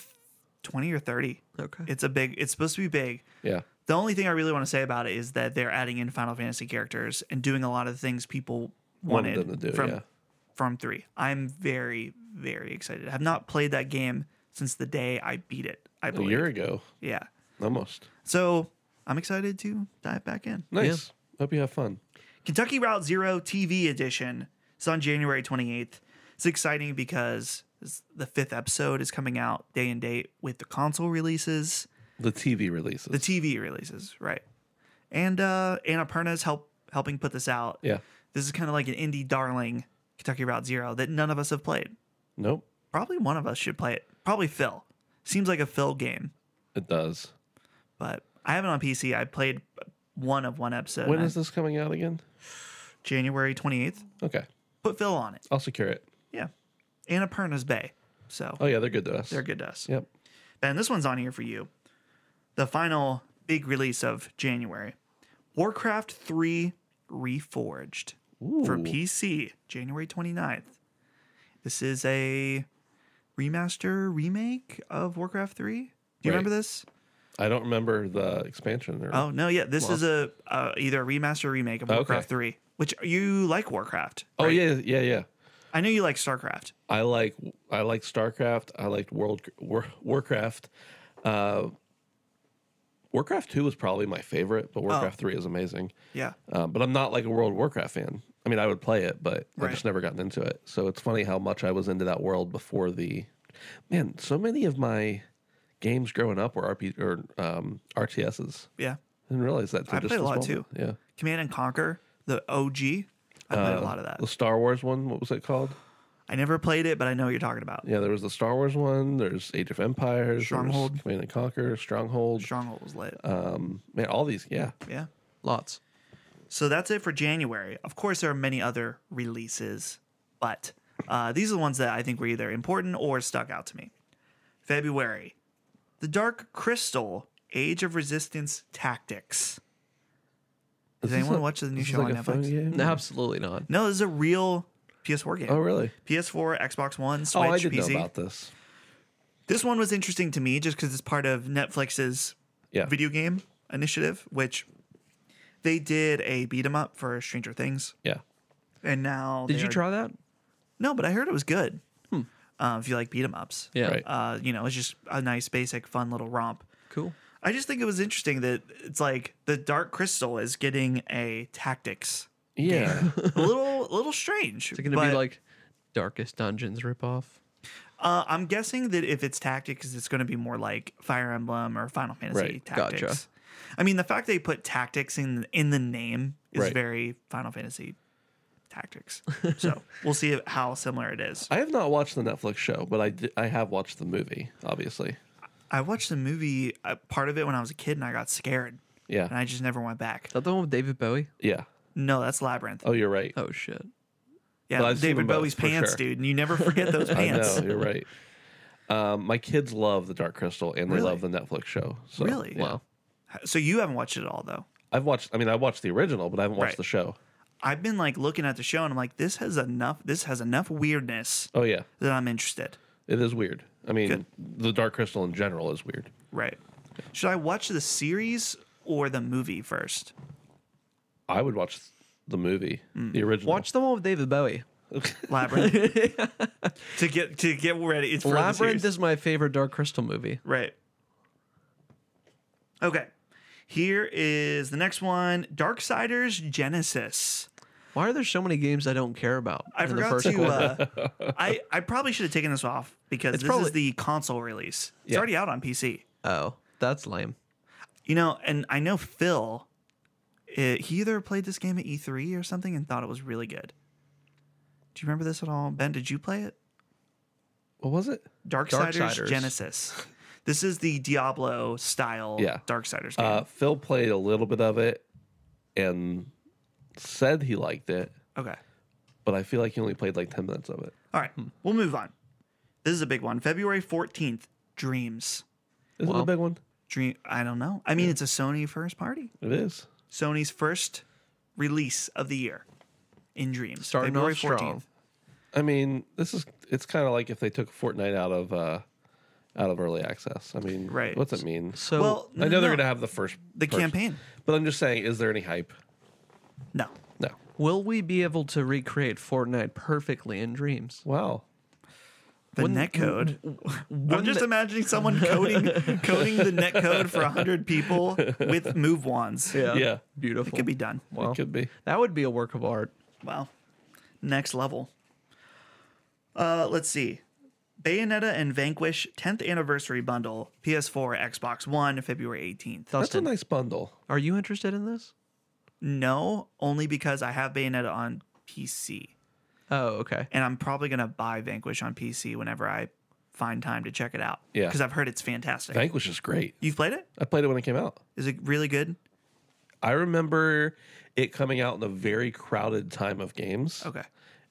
A: 20 or 30.
B: Okay.
A: It's a big, it's supposed to be big.
C: Yeah.
A: The only thing I really want to say about it is that they're adding in Final Fantasy characters and doing a lot of things people wanted
C: Wanted them to do,
A: from
C: yeah.
A: from three. I'm very very excited. I have not played that game since the day I beat it. I
C: A
A: believe.
C: year ago,
A: Yeah.
C: almost.
A: So I'm excited to dive back in.
C: Nice. Hope you have fun.
A: Kentucky Route Zero TV edition. It's on January 28th. It's exciting because it's- the fifth episode is coming out day and date with the console releases.
C: The TV releases.
A: the TV releases, right? And uh Annapurna's help helping put this out.
C: yeah.
A: This is kind of like an indie darling Kentucky Route Zero that none of us have played.
C: Nope.
A: Probably one of us should play it. Probably Phil. Seems like a Phil game,
C: It does.
A: but I have it on PC. I played one of one episode.
C: When
A: and I-
C: is this coming out again?
A: January 28th?
C: Okay.
A: Put Phil on it.
C: I'll secure it.
A: Yeah. Annapurna's Bay. So
C: Oh yeah, they're good to us.
A: they're good to us.
C: Yep.
A: Ben, this one's on here for you. The final big release of January Warcraft 3 Reforged for
C: Ooh.
A: PC, January 29th. This is a remaster remake of Warcraft 3. Do you
C: Right.
A: remember this?
C: I don't remember the expansion. Or,
A: Oh, no, yeah. This is a uh, either a remaster or remake of
C: Okay.
A: Warcraft 3, which you like Warcraft.
C: Oh,
A: right?
C: yeah, yeah, yeah.
A: I know you like StarCraft.
C: I like I like StarCraft. I liked World War, Warcraft. Uh, Warcraft Two was probably my favorite,
A: Oh.
C: but Warcraft Three is amazing.
A: Yeah.
C: Uh, but I'm not like a World of Warcraft fan. I mean, I would play it, but I
A: Right.
C: just never gotten into it. So it's funny how much I was into that world before the. Man, so many of my games growing up were RP or um, RTSs.
A: Yeah.
C: I didn't realize that. till
A: I
C: just
A: played a
C: this
A: lot, too.
C: Yeah,
A: Command and Conquer, the OG. I
C: Uh,
A: played a lot of that.
C: the Star Wars one. What was it called?
A: I never played it, but I know what you're talking about.
C: Yeah, there was the Star Wars one. There's Age of Empires. there's
A: Stronghold.
C: Command and Conquer. Stronghold.
A: Stronghold was lit.
C: Um, man, all these. Yeah,
A: yeah.
B: Lots.
A: So that's it for January. Of course, there are many other releases, but uh, these are the ones that I think were either important or stuck out to me. February, The Dark Crystal Age of Resistance Tactics. Does
C: this
A: anyone
C: a-
A: watch the new
C: this is
A: show
C: like
A: on
C: a phone
A: Netflix?
C: game?
B: No, absolutely not.
A: No, this is a real PS4 game.
C: Oh, really?
A: PS4, Xbox One,
C: Oh,
A: Switch,
C: I didn't
A: PC.
C: know about this.
A: This one was interesting to me just because it's part of Netflix's
C: Yeah.
A: video game initiative, which they did a beat 'em up for Stranger Things,
C: Yeah.
A: and now
B: Did
A: they
B: you
A: are-
B: try that?
A: No, but I heard it was good. Uh, if you like beat 'em ups,
B: Yeah.
C: Right.
A: uh, you know, it's just a nice, basic, fun little romp.
B: Cool.
A: I just think it was interesting that it's like the Dark Crystal is getting a tactics,
C: Yeah.
A: a little, little strange.
B: Is it gonna
A: but,
B: be like Darkest Dungeons ripoff?
A: Uh, I'm guessing that if it's tactics, it's going to be more like Fire Emblem or Final Fantasy
C: Right.
A: tactics.
B: Gotcha.
A: I mean, the fact they put tactics in in the name is
C: Right.
A: very Final Fantasy tactics. So we'll see how similar it is.
C: I have not watched the Netflix show, but I di- I have watched the movie, obviously.
A: I watched the movie uh, part of it when I was a kid, and I got scared,
C: Yeah.
A: and I just never went back.
B: Is that the one with David Bowie?
C: yeah.
A: No, that's Labyrinth.
C: Oh, you're right.
B: Oh shit.
A: yeah,
C: well, I've seen
A: David
C: them both,
A: Bowie's
C: for
A: pants,
C: sure.
A: dude, and you never forget those
C: I
A: pants.
C: know. You're right. Um, my kids love the Dark Crystal and they
A: Really?
C: love the Netflix show. So,
A: Really?
C: yeah.
A: Wow. So you haven't watched it all though.
C: I've watched. I mean, I watched the original, but I haven't watched
A: Right.
C: the show.
A: I've been like looking at the show, and I'm like, this has enough. This has enough weirdness
C: Oh yeah,
A: that I'm interested.
C: it is weird. I mean,
A: Good.
C: the Dark Crystal in general is weird.
A: Right. Should I watch the series or the movie first?
C: I would watch the movie,
A: Hmm.
C: the original.
B: Watch the one with David Bowie.
A: Labyrinth. to get to get ready. It's for the series.
B: Labyrinth is my favorite Dark Crystal movie.
A: Right. Okay. Here is the next one Darksiders Genesis.
B: Why are there so many games I don't care about?
A: I
B: in the
A: forgot
B: first
A: to.
B: one?
A: Uh, I, I probably should have taken this off because
B: It's
A: this
B: probably-
A: is the console release. It's
C: Yeah.
A: already out on PC.
B: oh, that's lame.
A: You know, and I know Phil It, he either played this game at E3 or something and thought it was really good. Do you remember this at all? Ben, did you play it?
C: What was it?
A: Darksiders,
B: Darksiders.
A: Genesis. This is the Diablo style
C: Yeah.
A: Darksiders game.
C: Uh, Phil played a little bit of it and said he liked it,
A: okay.
C: but I feel like he only played like 10 minutes of it.
A: All right. We'll move on. This is a big one. February 14th, Dreams.
C: Is it
B: Well.
C: a big one?
A: Dream I don't know. I mean, it's a Sony first party.
C: It is.
A: Sony's first release of the year in Dreams.
B: Starting off strong.
C: I mean, this is it's kind of like if they took Fortnite out of uh out of early access. I mean,
A: Right.
C: what's it mean?
B: So
A: Well,
C: I know they're
A: no.
C: going to have the first
A: The
C: person-
A: campaign.
C: But I'm just saying, is there any hype?
A: No.
C: No.
B: will we be able to recreate Fortnite perfectly in dreams?
C: Wow.
A: The net code. I'm just
B: the-
A: imagining someone coding coding the net code for 100 people with move wands.
C: Yeah.
A: It
B: Beautiful.
A: could be done.
B: Wow.
C: It could be.
B: That would be a work of art.
A: Wow. Next level. Uh, let's see. Bayonetta and Vanquish 10th anniversary bundle, PS4, Xbox One, February 18th.
C: That's a
B: Dustin,
C: nice bundle.
B: are you interested in this?
A: No, only because I have Bayonetta on PC.
B: Oh, okay.
A: And I'm probably going to buy Vanquish on PC whenever I find time to check it out.
C: Yeah.
A: Because I've heard it's fantastic.
C: Vanquish is great.
A: You've played it?
C: I played it when it came out.
A: Is it really good?
C: I remember it coming out in a very crowded time of games,
A: Okay.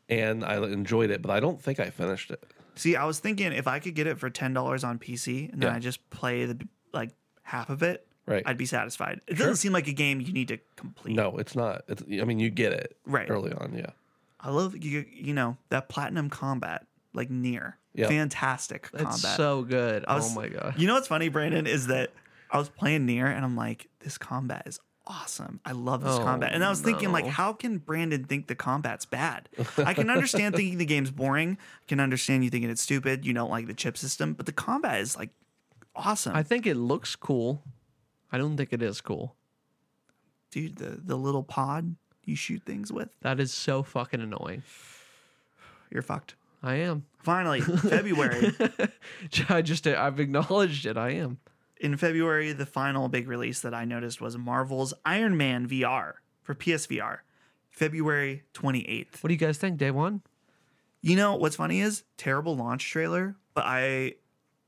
C: and I enjoyed it, but I don't think I finished it.
A: See, I was thinking if I could get it for ten dollars on PC and then
C: Yeah.
A: I just play the like half of it,
C: Right.
A: I'd be satisfied. It doesn't seem like a game you need to complete.
C: No, it's not. It's, I mean, you get it
A: Right.
C: early on. Yeah.
A: I love you. You know that platinum combat, like near,
C: Yeah.
A: fantastic
B: That's
A: combat.
B: so good.
A: I was-
B: oh my god.
A: You know what's funny, Brandon, is that I was playing near and I'm like, this combat is awesome. I love this
B: Oh,
A: combat. And I was thinking, like,
B: no.
A: how can Brandon think the combat's bad? I can understand thinking the game's boring. I can understand you thinking it's stupid. You don't like the chip system, but the combat is like awesome.
B: I think it looks cool. I don't think it is cool.
A: Dude, the the little pod you shoot things with,
B: That is so fucking annoying.
A: you're fucked.
B: I am.
A: Finally, February.
B: I just I've acknowledged it. I am.
A: in February, the final big release that I noticed was Marvel's Iron Man VR for PSVR, February 28th.
B: What do you guys think? Day one?
A: You know what's funny is terrible launch trailer, but I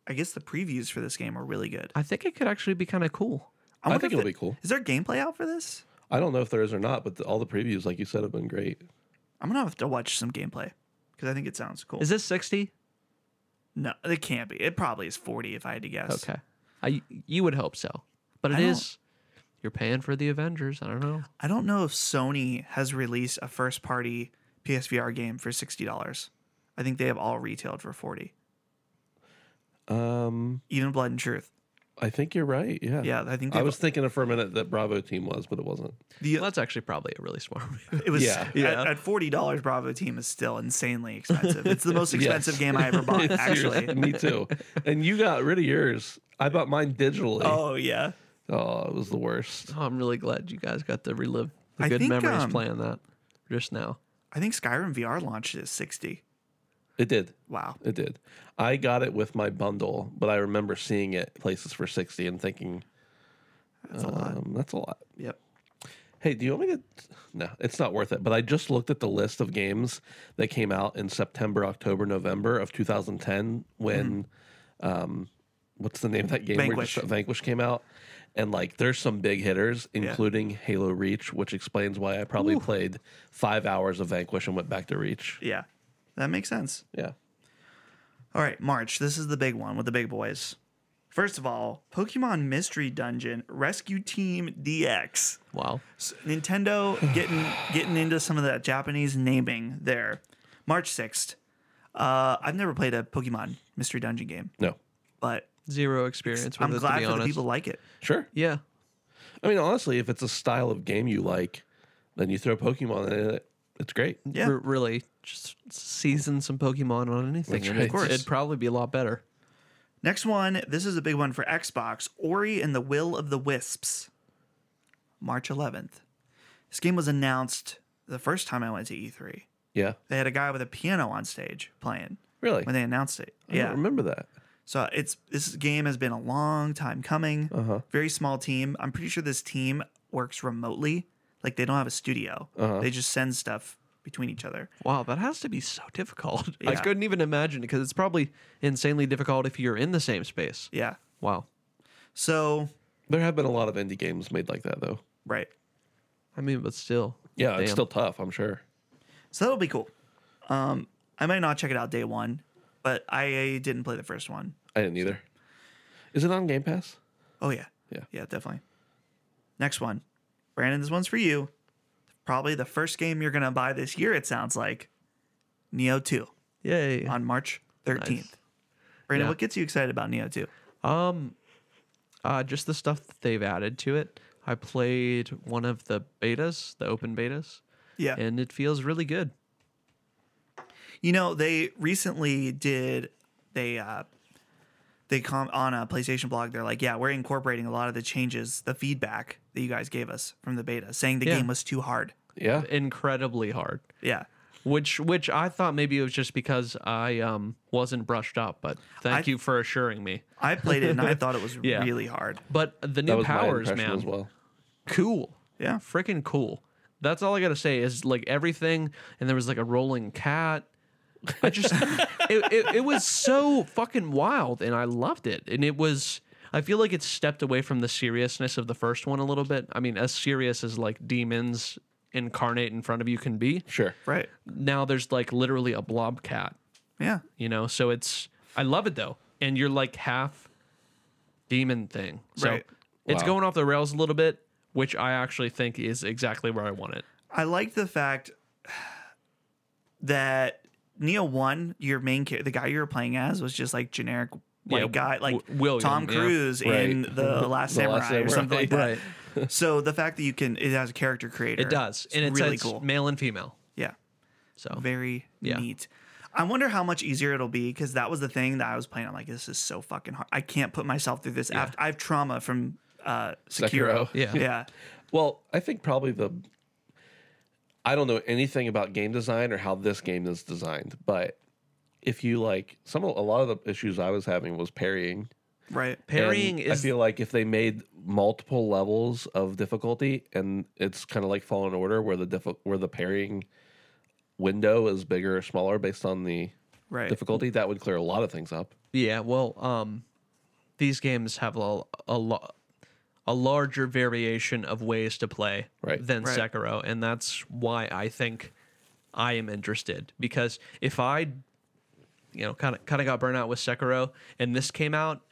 A: I guess the previews for this game are really good.
B: I think it could actually be kind of cool.
A: I, wonder
C: think
A: if
C: it'll
A: the-
C: be cool.
A: Is there gameplay out for this?
C: I don't know if there is or not, but the, all the previews, like you said, have been great.
A: I'm gonna have to watch some gameplay because I think it sounds cool.
B: Is this sixty?
A: no, it can't be. It probably is 40 if I had to guess.
B: Okay. I you would hope so, but
A: I
B: it
A: don't-
B: is. You're paying for the Avengers. I don't know.
A: I don't know if Sony has released a first party PSVR game for sixty dollars. I think they have all retailed for forty.
C: Um,
A: Even Blood and Truth.
C: I think you're right. Yeah.
A: Yeah, I think
C: I
A: they've-
C: was thinking for a minute that Bravo team was, but it wasn't.
A: The,
B: Well, that's actually probably a really smart move.
A: It was
C: Yeah.
A: at-
B: Yeah.
A: At, forty dollars. Bravo Team is still insanely expensive. It's the most expensive
C: Yes.
A: game I ever bought.
C: Seriously,
A: Actually.
C: me too. And you got rid of yours. I bought mine digitally. Oh,
A: Oh yeah.
C: it was the worst.
B: Oh, I'm really glad you guys got to relive the
A: I
B: good
A: think,
B: memories
A: um,
B: playing that just now.
A: I think Skyrim VR launched at sixty.
C: It did.
A: Wow.
C: It did. I got it with my bundle, but I remember seeing it places for 60 and thinking, that's a lot. That's a lot.
A: Yep.
C: Hey, do you want me to? No, it's not worth it. But I just looked at the list of games that came out in September, October, November of 2010 when, um, what's the name of that game? where
A: Vanquish.
C: just- Vanquish came out. And like, there's some big hitters, including Halo Reach, which explains why I probably played five hours of Vanquish and went back to Reach.
A: Yeah. That makes sense.
C: Yeah.
A: All right, March. This is the big one with the big boys. First of all, Pokemon Mystery Dungeon Rescue Team DX.
B: Wow.
A: S- Nintendo getting getting into some of that Japanese naming there. March sixth. Uh, I've never played a Pokemon Mystery Dungeon game,
C: No.
A: but
B: Zero experience with
A: I'm
B: it, to
A: glad
B: be
A: for the
B: honest.
A: people like it.
C: Sure.
B: yeah.
C: I mean, honestly, if it's a style of game you like, then you throw Pokemon in it. It's great.
A: Yeah.
B: R- really, just season some Pokemon on anything.
C: That's
B: and
C: right.
B: it's- It'd probably be a lot better.
A: Next one, this is a big one for Xbox Ori and the Will of the Wisps, March 11th. This game was announced the first time I went to E3.
C: Yeah.
A: They had a guy with a piano on stage playing
C: Really?
A: when they announced it.
C: I don't
A: Yeah.
C: remember that.
A: So it's this game has been
C: Uh-huh.
A: a long time coming. Very small team. I'm pretty sure this team works remotely. Like they don't have a studio.
C: Uh-huh.
A: They just send stuff between each other.
B: Wow, that has to be so difficult. I
A: Yeah.
B: couldn't even imagine it because it's probably insanely difficult if you're in the same space.
A: Yeah.
B: Wow.
A: So
C: There have been a lot of indie games made like that though.
A: right.
B: I mean, but still.
C: Yeah, it's
B: Damn.
C: still tough, I'm sure.
A: So that'll be cool. Um, I might not check it out day one, but I didn't play the first one.
C: I didn't either. Is it on Game Pass?
A: Oh yeah.
C: Yeah.
A: Yeah, definitely. Next one. Brandon, this one's for you. Probably the first game you're gonna buy this year, it sounds like. Neo 2
B: Yay.
A: on March 13th. Brandon,
B: Yeah.
A: what gets you excited about Neo 2?
B: Um, uh, just the stuff that they've added to it. I played one of the betas, the open betas,
A: Yeah.
B: and it feels really good.
A: You know, they recently did they uh they com on a PlayStation blog, they're like, Yeah, we're incorporating a lot of the changes, the feedback that you guys gave us from the beta, saying the
B: Yeah.
A: game was too hard.
C: Yeah.
B: Incredibly hard.
A: Yeah.
B: Which which I thought maybe it was just because I um wasn't brushed up, but thank
A: I-
B: you for assuring me.
A: I played it and I thought it was
B: Yeah.
A: really hard.
B: But the
C: That
B: new
C: was
B: powers,
C: my impression
B: man.
C: as well.
B: cool.
A: Yeah.
B: Freaking cool. That's all I gotta say is like everything, and there was like a rolling cat. I just, it, it, it was so fucking wild, and I loved it. And it was, I feel like it stepped away from the seriousness of the first one a little bit. I mean, as serious as like demons incarnate in front of you can be.
C: Sure.
A: Right.
B: Now there's like literally a blob cat
A: Yeah.
B: you know so it's i love it though and you're like half demon thing so
A: Right.
B: it's
C: Wow.
B: going off the rails a little bit which i actually think is exactly where i want it
A: I like the fact that Neo One, your main character, the guy you were playing as, was just like generic white
B: Yeah,
A: guy, like
B: W- William,
A: Tom
B: yeah.
A: Cruise in
C: Right.
A: the Last
C: The
A: Samurai
C: Last
A: or something like
C: Samurai.
A: that. So the fact that you can, it has a character creator.
B: it does
A: It's
B: and it's,
A: really
B: it's
A: cool.
B: male and female
A: Yeah,
B: so
A: very
B: Yeah.
A: neat. I wonder how much easier it'll be because that was the thing that I was playing. I'm like, this is so fucking hard. I can't put myself through this. After I have trauma from uh, Sekiro.
C: Sekiro.
B: Yeah.
A: yeah,
C: Well, I think probably the I don't know anything about game design or how this game is designed, but if you like some of a lot of the issues I was having was parrying.
A: right.
C: And
B: parrying
C: I
B: is
C: feel like if they made multiple levels of difficulty and it's kind of like Fallen Order where the diffi- where the parrying window is bigger or smaller based on the
A: Right.
C: difficulty, that would clear a lot of things up.
B: yeah well um these games have a a lot a larger variation of ways to play
C: Right.
B: than
A: Right.
B: Sekiro, and that's why I think I am interested because if I, you know, kind of kind of got burnt out with Sekiro, and this came out,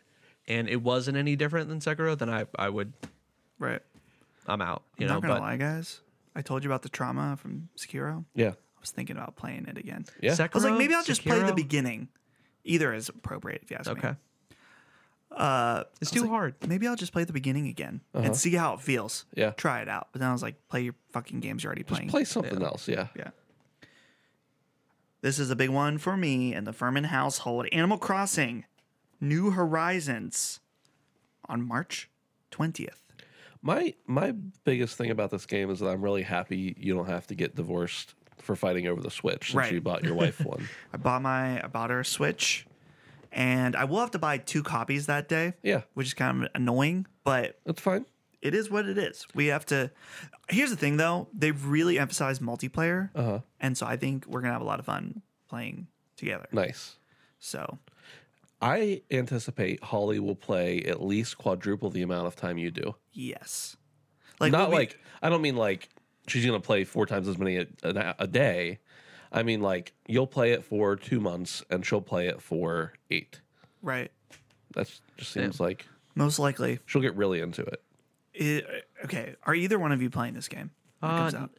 B: and it wasn't any different than Sekiro, then I I would
A: Right.
B: I'm out. You
A: I'm
B: know,
A: not gonna
B: but
A: lie, guys. I told you about the trauma from Sekiro.
C: Yeah.
A: I was thinking about playing it again.
C: Yeah.
A: I was like,
B: Sekiro,
A: maybe I'll just play the
B: Sekiro?
A: beginning. Either is appropriate if you ask me.
B: Okay,
A: Uh,
B: it's too hard.
A: Maybe I'll just play the beginning again
B: Uh-huh.
A: and see how it feels.
C: Yeah.
A: Try it out. But then I was like, play your fucking games you're already playing.
C: Play something else, yeah.
A: Yeah. This is a big one for me and the Furman household. Animal Crossing New Horizons on March 20th.
C: My my biggest thing about this game is that I'm really happy you don't have to get divorced for fighting over the Switch since
A: Right.
C: you bought your wife one.
A: I bought my I bought her a Switch, and I will have to buy two copies that day.
C: Yeah.
A: which is kind of annoying, but
C: That's fine.
A: it is what it is. We have to. Here's the thing, though. They really emphasize multiplayer, uh-huh. and so I think we're gonna have a lot of fun playing together.
C: Nice.
A: So
C: I anticipate Holly will play at least quadruple the amount of time you do.
A: yes, like
C: Not
A: we'll be-
C: like I don't mean like she's gonna play four times as many a, a, a day. I mean like you'll play it for two months and she'll play it for eight.
A: right.
C: That just seems like
A: Most likely,
C: she'll get really into it.
A: It- okay. Are either one of you playing this game? when it
B: Uh,
A: comes out?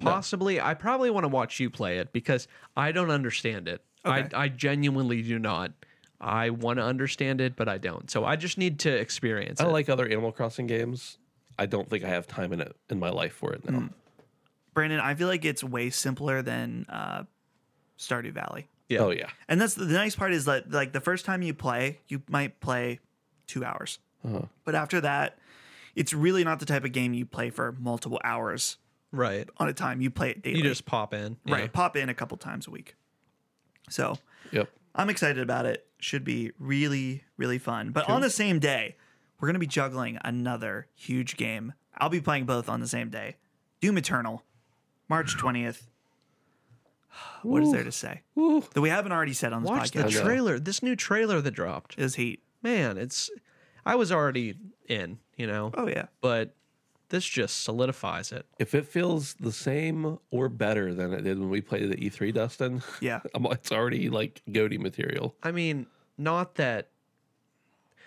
B: Possibly, I probably want to watch you play it because I don't understand it.
A: Okay.
B: I, I genuinely do not. I want to understand it, but I don't. So I just need to experience
C: I
B: it.
C: like other Animal Crossing games. I don't think I have time in it in my life for it now.
A: Brandon, I feel like it's way simpler than uh, Stardew Valley.
C: Oh yeah.
A: And that's the nice part is that like the first time you play, you might play two hours,
B: Uh-huh.
A: but after that, it's really not the type of game you play for multiple hours
B: right.
A: on a time. You play it daily,
B: You just pop in. you
A: right?
B: know.
A: Pop in a couple times a week. So
C: Yep.
A: I'm excited about it. Should be really really fun. But on the same day, we're gonna be juggling another huge game. I'll be playing both on the same day. Doom Eternal, March 20th. What is there to say that we haven't already said on this
B: Watch the
A: podcast?
C: know.
B: trailer. This new trailer that dropped.
A: is heat.
B: Man, it's. I was already in, you know,
A: Oh yeah.
B: but this just solidifies it.
C: If it feels the same or better than it did when we played it at E3, Dustin,
A: Yeah.
C: I'm, it's already like goatee material.
B: I mean, not that.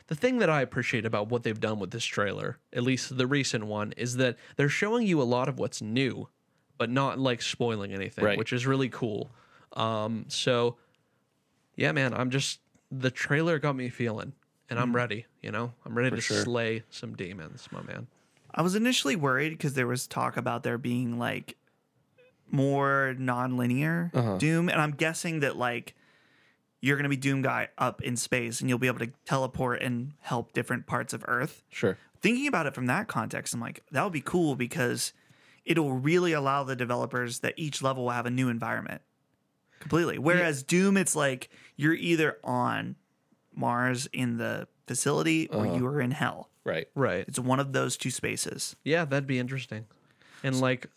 B: The thing that I appreciate about what they've done with this trailer, at least the recent one, is that they're showing you a lot of what's new, but not like spoiling anything,
C: Right.
B: which is really cool. Um, so, yeah, man, I'm just. The trailer got me feeling, and I'm ready, you know? I'm ready to
C: Mm. sure.
B: slay some demons, my man.
A: I was initially worried because there was talk about there being like more non-linear Doom, and I'm guessing that like you're gonna be Doom guy up in space, and you'll be able to teleport and help different parts of Earth.
C: Sure.
A: Thinking about it from that context, I'm like, that would be cool because it'll really allow the developers that each level will have a new environment completely. Whereas Doom, it's like you're either on Mars in the facility or you are in hell.
C: Right.
B: Right.
A: It's one of those two spaces.
B: Yeah, that'd be interesting. And like,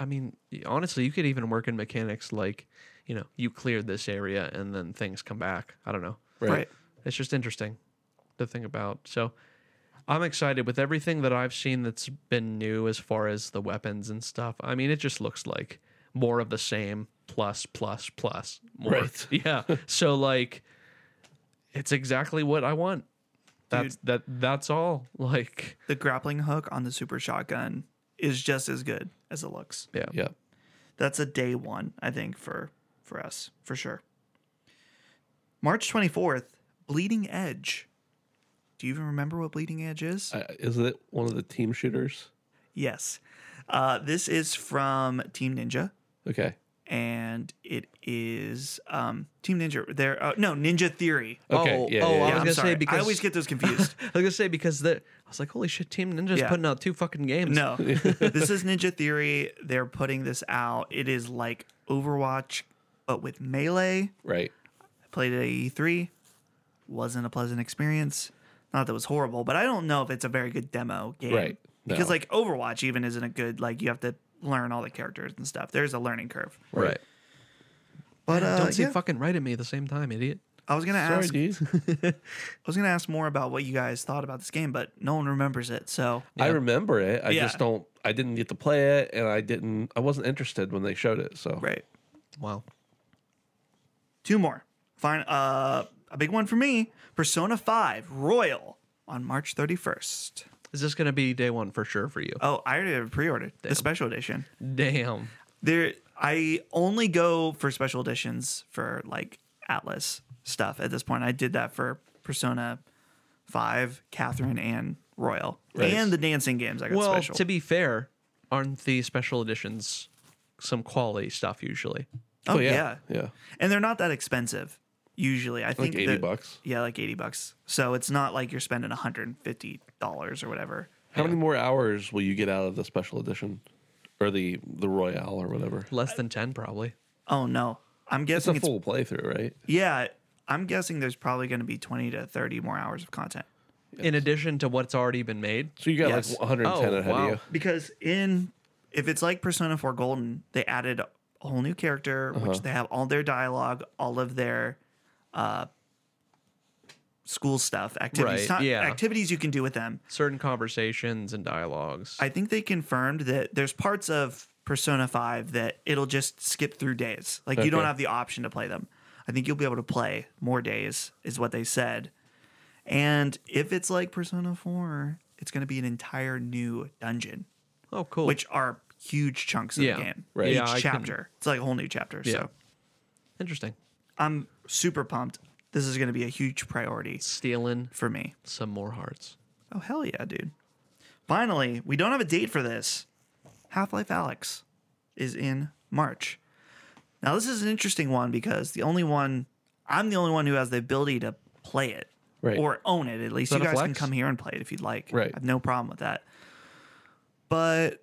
B: I mean, y- honestly, you could even work in mechanics like, you know, you cleared this area and then things come back. I don't know.
C: Right.
B: It's just interesting to think about. So I'm excited with everything that I've seen that's been new as far as the weapons and stuff. I mean, it just looks like more of the same plus plus plus more.
C: Right.
B: Yeah. so like it's exactly what I want. That's that that's all. Like
A: The grappling hook on the super shotgun is just as good as it looks.
B: yeah.
C: Yeah.
A: That's a day one, I think, for for us, for sure. March 24th, Bleeding Edge. Do you even remember what Bleeding Edge is?
C: Uh, is it one of the team shooters?
A: Yes. Uh, this is from Team Ninja,
C: Okay.
A: and it is um, Team Ninja. There, uh, no Ninja Theory.
C: Okay.
B: Oh,
C: yeah,
B: oh, I
C: yeah,
A: Yeah,
B: was
A: I'm
B: gonna
A: sorry.
B: say because
A: I always get those confused.
B: I was gonna say because the I was like, holy shit, Team Ninja's
A: Yeah.
B: putting out two fucking games.
A: no, this is Ninja Theory. They're putting this out. It is like Overwatch, but with melee.
C: Right.
A: I played it at E3. Wasn't a pleasant experience. Not that it was horrible, but I don't know if it's a very good demo game.
C: Right. No.
A: Because like Overwatch even isn't a good like you have to learn all the characters and stuff. There's a learning curve.
B: right.
A: But uh,
B: Don't say
A: yeah.
B: fucking right at me at the same time, idiot.
A: I was gonna
C: Sorry,
A: ask.
C: dude.
A: I was gonna ask more about what you guys thought about this game, but no one remembers it. So
C: I remember it. I
A: Yeah.
C: just don't. I didn't get to play it, and I didn't. I wasn't interested when they showed it. So
A: right,
B: Wow.
A: two more. Fine. Uh, a big one for me. Persona Five Royal on March 31st.
B: Is this gonna be day one for sure for you?
A: Oh, I already have it pre-ordered the special edition.
B: Damn.
A: There, I only go for special editions for like Atlas stuff at this point. I did that for Persona Five, Catherine, and Royal,
C: Right.
A: and the dancing games. I got
B: Well,
A: special.
B: to be fair, aren't the special editions some quality stuff usually?
A: oh
C: yeah,
A: yeah,
C: yeah.
A: and they're not that expensive usually. I think
C: 80
A: that-
C: bucks.
A: Yeah, like eighty bucks. So it's not like you're spending one hundred and fifty dollars or whatever.
C: How many more hours will you get out of the special edition, or the the Royale or whatever?
B: Less than ten, probably.
A: Oh no, I'm
C: It's a
A: guessing it's,
C: full playthrough, right?
A: yeah. I'm guessing there's probably going to be twenty to thirty more hours of content
B: In addition to what's already been made.
C: So you got
A: Yes.
C: like 110
B: Oh,
C: ahead
B: wow.
C: of you.
A: because in if it's like Persona Four Golden, they added a whole new character,
C: Uh-huh.
A: which they have all their dialogue, all of their uh, school stuff, activities,
B: Right,
A: not-
B: yeah.
A: activities you can do with them.
B: Certain conversations and dialogues.
A: I think they confirmed that there's parts of Persona 5 that it'll just skip through days. Like you don't
C: Okay.
A: have the option to play them. I think you'll be able to play more days, is what they said. And if it's like Persona 4, it's going to be an entire new dungeon,
B: oh, cool.
A: which are huge chunks of
B: Yeah.
A: the game.
C: Right.
A: Each
B: Yeah, I can-
A: chapter. It's like a whole new chapter.
B: Yeah.
A: So
B: interesting.
A: I'm super pumped. This is going to be a huge priority
B: Stealing
A: for me.
B: some more hearts.
A: Oh, hell yeah, dude. Finally, we don't have a date for this. Half Life Alex is in March. Now, this is an interesting one because the only one, I'm the only one who has the ability to play it
C: Right.
A: or own it. At least
B: that
A: you
B: a
A: guys can
B: flex?
A: come here and play it if you'd like.
C: Right.
A: I have no problem with that. But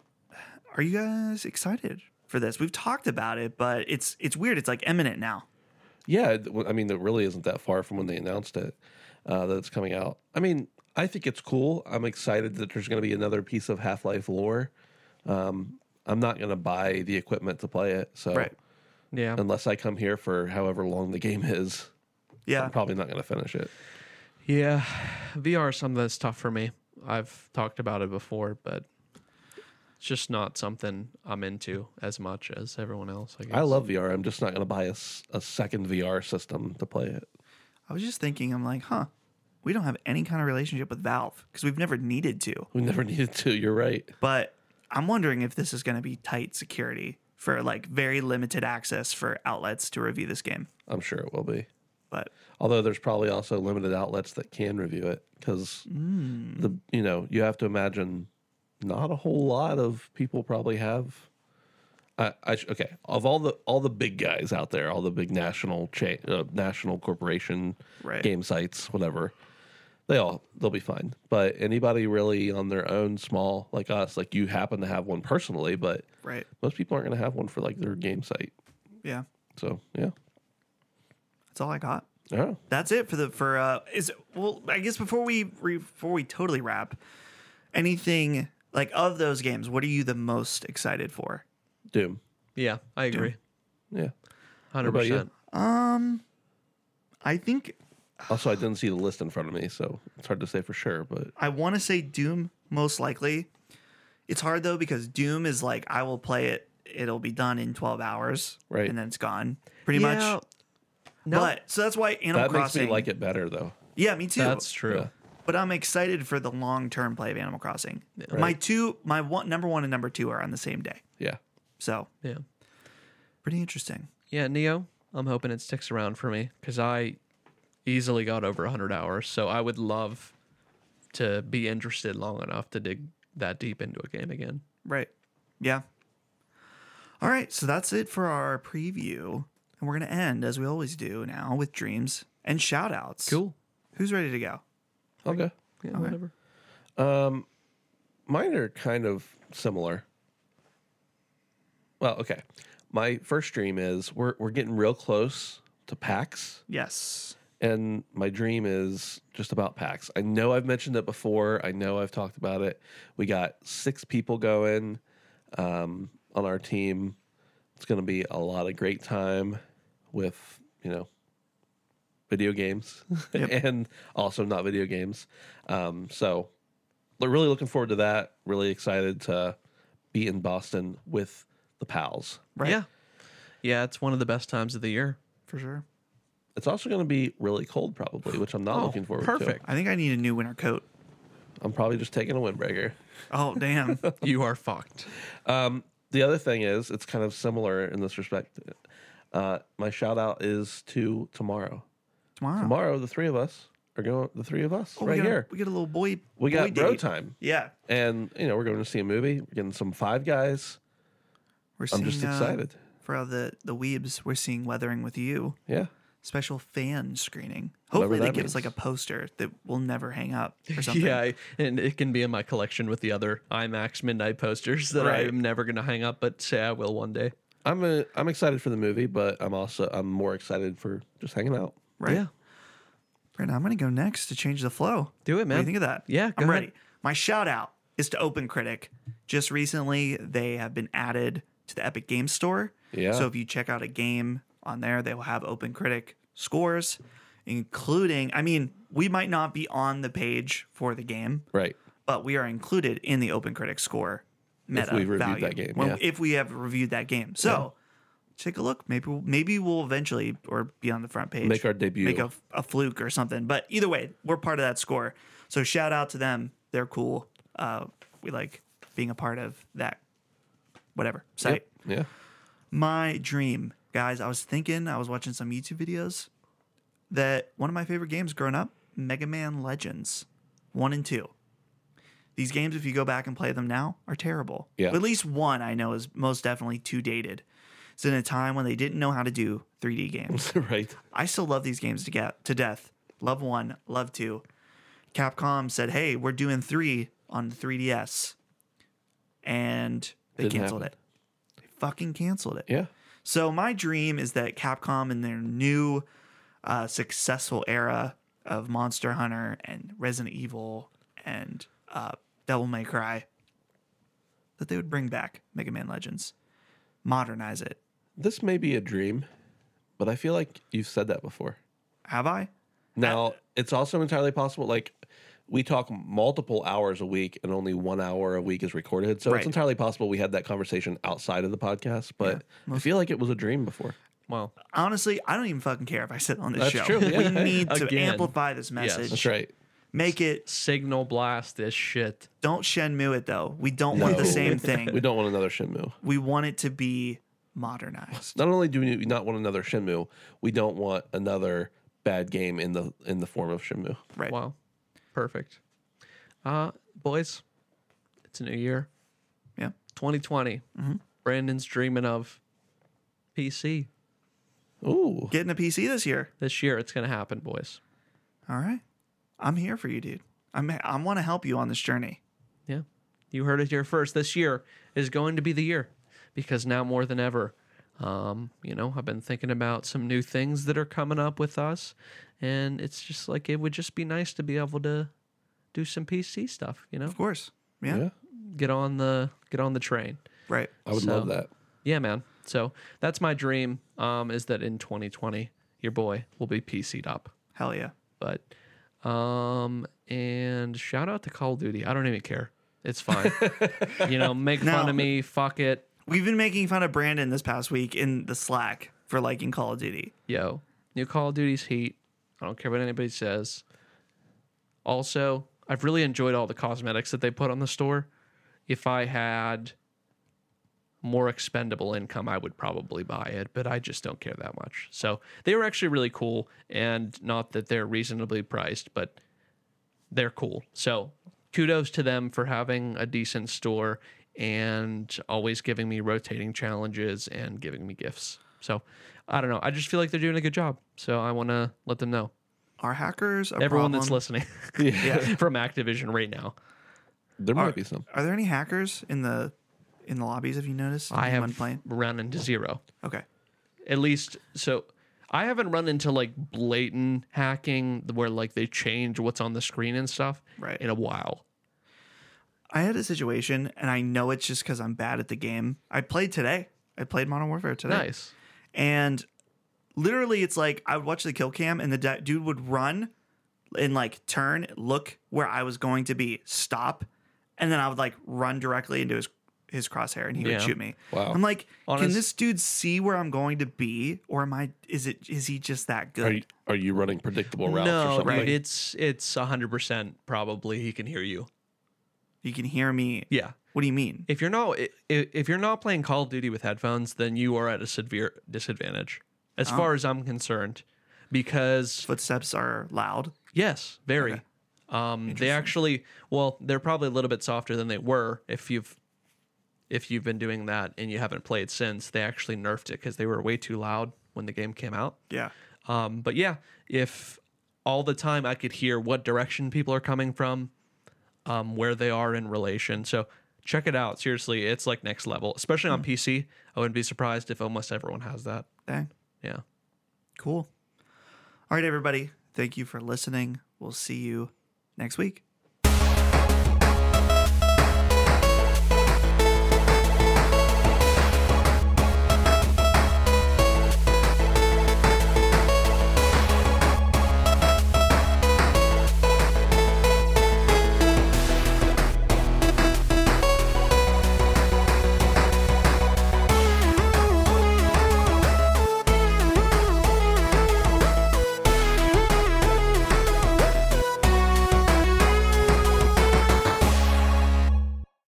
A: are you guys excited for this? We've talked about it, but it's it's weird. It's like imminent now.
C: Yeah, it- well, I mean, it really isn't that far from when they announced it uh, that it's coming out. I mean, I think it's cool. I'm excited that there's going to be another piece of Half Life lore. Um, I'm not going to buy the equipment to play it. So
A: Right.
B: Yeah.
C: unless I come here for however long the game is,
A: Yeah.
C: I'm probably not going to finish it.
B: Yeah. VR is something that's tough for me. I've talked about it before, but it's just not something I'm into as much as everyone else, I guess.
C: I love VR. I'm just not going to buy a, s- a second VR system to play it.
A: I was just thinking, I'm like, huh, we don't have any kind of relationship with Valve because we've never needed to.
C: We never needed to. You're right.
A: But I'm wondering if this is going to be tight security for like very limited access for outlets to review this game.
C: I'm sure it will be.
A: But
C: Although there's probably also limited outlets that can review it because the you know you have to imagine not a whole lot of people probably have. I, I sh- okay of all the all the big guys out there, all the big national cha- uh, national corporation
A: Right.
C: game sites, whatever. They all they'll be fine. But anybody really on their own, small like us, like you happen to have one personally, but
A: right,
C: most people aren't going to have one for like their game site.
A: yeah,
C: So yeah,
A: that's all I got.
C: yeah.
A: That's it for the for uh is well I guess before we re, before we totally wrap anything like of those games what are you the most excited for?
C: Doom.
B: Yeah, I agree.
C: Yeah.
B: Hundred
C: about you?
B: percent.
A: I think
C: Also, I didn't see the list in front of me, so it's hard to say for sure. But
A: I want to say Doom most likely. It's hard though because Doom is like I will play it it'll be done in 12 hours
C: Right.
A: and then it's gone pretty much.
B: No,
A: But so that's why Animal
C: that
A: Crossing
C: makes me like it better, though.
A: Yeah, me too.
B: that's true.
C: Yeah.
A: but I'm excited for the long term play of Animal Crossing. My two, my one, number one and number two are on the same day,
C: Yeah,
A: so
B: Yeah.
A: pretty interesting.
B: Yeah, Neo, I'm hoping it sticks around for me because I easily got over 100 hours. So I would love to be interested long enough to dig that deep into a game again.
A: Right. Yeah. All right, so that's it for our preview, and we're gonna end as we always do now with dreams and shout outs.
B: Cool.
A: Who's ready to go?
C: I'll go.
B: Yeah, whatever.
C: Um, Mine are kind of similar. Well, okay. My first dream is we're we're getting real close to PAX,
A: Yes.
C: and my dream is just about PAX. I know I've mentioned it before. I know I've talked about it. We got six people going um, on our team. It's going to be a lot of great time with you know video games and also not video games. Um, so lo- really looking forward to that. Really excited to be in Boston with the pals.
A: Right.
B: Yeah. Yeah, it's one of the best times of the year.
A: for sure.
C: It's also going to be really cold, probably, which I'm not looking forward
B: perfect.
A: Oh, I think I need a new winter coat.
C: to. I'm probably just taking a windbreaker.
A: Oh damn.
B: You are fucked.
C: Um, The other thing is, it's kind of similar in this respect. Uh, my shout out is to tomorrow.
A: Tomorrow.
C: Tomorrow, the three of us are going. The three of us
A: Oh, we
C: right
A: got a-
C: here.
A: we got a little boy. boy
C: We got bro
A: date.
C: time,
A: Yeah.
C: and you know we're going to see a movie. We're getting some Five Guys.
A: We're
C: I'm just
A: seeing, uh,
C: excited.
A: for all the the weebs. We're seeing Weathering with You.
C: Yeah,
A: special fan screening.
C: Whatever
A: Hopefully they
C: that
A: give us like
C: means.
A: a poster that will never hang up or something.
B: Yeah, I- and it can be in my collection with the other IMAX Midnight posters that
A: Right.
B: I'm never going to hang up, but say I will one day.
C: I'm a, I'm excited for the movie, but I'm also I'm more excited for just hanging out.
A: Right.
B: Yeah.
A: Brandon, I'm gonna go next to change the flow.
B: Do
A: What
B: it,
A: do you
B: man.
A: think of that?
B: Yeah,
A: I'm
B: go ahead.
A: ready. My shout out is to Open Critic. Just recently they have been added to the Epic Game Store.
C: Yeah.
A: So if you check out a game on there, they will have Open Critic scores, including I mean, we might not be on the page for the game,
C: Right.
A: but we are included in the open critic score meta
C: we've reviewed
A: value
C: that game,
A: when-
C: yeah.
A: if we have reviewed that game so take a look maybe we'll, maybe we'll eventually or be on the front page
C: Make our debut.
A: make a, a fluke or something but either way we're part of that score so shout out to them they're cool uh, we like being a part of that whatever site
C: Yeah.
A: my dream guys i was thinking i was watching some youtube videos that one of my favorite games growing up mega man legends 1 and 2 these games if you go back and play them now are terrible
C: Yeah.
A: But at least one i know is most definitely too dated it's in a time when they didn't know how to do 3d games
C: right.
A: I still love these games to get to death. Love one, love two. Capcom said, "Hey, we're doing three on the 3DS," and they
C: Didn't
A: canceled
C: happen.
A: it. They fucking canceled it.
C: Yeah.
A: So my dream is that Capcom in their new uh, successful era of Monster Hunter and Resident Evil and uh, Devil May Cry, that they would bring back Mega Man Legends, modernize it.
C: This may be a dream, but I feel like you've said that before.
A: Have I? Uh,
C: Now, it's also entirely possible. Like, we talk multiple hours a week, and only one hour a week is recorded. So
A: Right.
C: it's entirely possible we had that conversation outside of the podcast. But I feel like it was a dream before.
B: Well,
A: Honestly, I don't even fucking care if I sit on this
C: That's
A: show.
C: true, yeah.
A: We need to
B: Again.
A: amplify this
B: Yes.
A: message.
C: That's right.
A: Make it.
B: signal blast this shit.
A: Don't Shenmue it though. We don't want the
C: No.
A: same thing.
C: We don't want another Shinmu.
A: we want it to be modernized.
C: Not only do we not want another Shinmu, we don't want another bad game in the in the form of Shinmu.
A: Right.
B: Wow. Perfect. Uh, boys, it's a new year.
A: Yeah.
B: 2020.
A: Mm-hmm.
B: Brandon's dreaming of PC
C: Ooh,
A: Getting a PC this year.
B: this year. It's gonna happen, boys.
A: All right. I'm here for you, dude. I'm I want to help you on this journey.
B: Yeah. You heard it here first. This year is going to be the year because now more than ever, um, you know, I've been thinking about some new things that are coming up with us. And it's just like, it would just be nice to be able to do some PC stuff, you know,
A: Of course. Yeah.
C: yeah,
B: get on the, get on the train.
A: Right.
C: I would
B: So-
C: love that.
B: Yeah, man. So that's my dream um, is that in 2020, your boy will be PC'd up.
A: Hell yeah.
B: But, um, and shout out to Call of Duty. I don't even care. It's fine. you know, make fun
A: No.
B: of me. Fuck it.
A: We've been making fun of Brandon this past week in the Slack for liking Call of Duty.
B: Yo, new Call of Duty's heat. I don't care what anybody says. Also, I've really enjoyed all the cosmetics that they put on the store. If I had more expendable income, I would probably buy it, but I just don't care that much. So they were actually really cool, and not that they're reasonably priced, but they're cool. So kudos to them for having a decent store and always giving me rotating challenges and giving me gifts. So I don't know. I just feel like they're doing a good job. So I want to let them know.
A: Are hackers a problem?
B: Everyone that's listening
A: Yeah.
B: from Activision right now.
C: There might be some.
A: Are there any hackers in the in the lobbies? Have you noticed?
B: I
A: Anyone
B: have
A: playing.
B: run into zero.
A: Okay.
B: At least so I haven't run into like blatant hacking where like they change what's on the screen and stuff
A: Right.
B: in a while.
A: I had a situation, and I know it's just because I'm bad at the game. I played today. I played Modern Warfare today.
B: Nice.
A: And literally, it's like I would watch the kill cam, and the di- dude would run and like turn, look where I was going to be, stop, and then I would like run directly into his his crosshair, and he
B: Yeah.
A: would shoot me.
C: Wow.
A: I'm like, can
B: Honest-
A: this dude see where I'm going to be, or am I? Is it? Is he just that good?
C: Are you, are you running predictable routes or
B: no,
C: something?
B: dude, it's it's hundred percent probably he can hear you.
A: you can hear me.
B: Yeah.
A: What do you mean?
B: If you're not i- i- if you're not playing Call of Duty with headphones, then you are at a severe disadvantage, as far as I'm concerned, because
A: Footsteps are loud.
B: Yes, very. Um, they actually, well, they're probably a little bit softer than they were. If you've if you've been doing that and you haven't played since, they actually nerfed it because they were way too loud when the game came out.
A: Yeah.
B: Um, but yeah, if all the time I could hear what direction people are coming from, um, where they are in relation. So check it out. Seriously, it's like next level, especially on PC. I wouldn't be surprised if almost everyone has that.
A: Dang.
B: Yeah.
A: Cool. All right, everybody. Thank you for listening. We'll see you next week.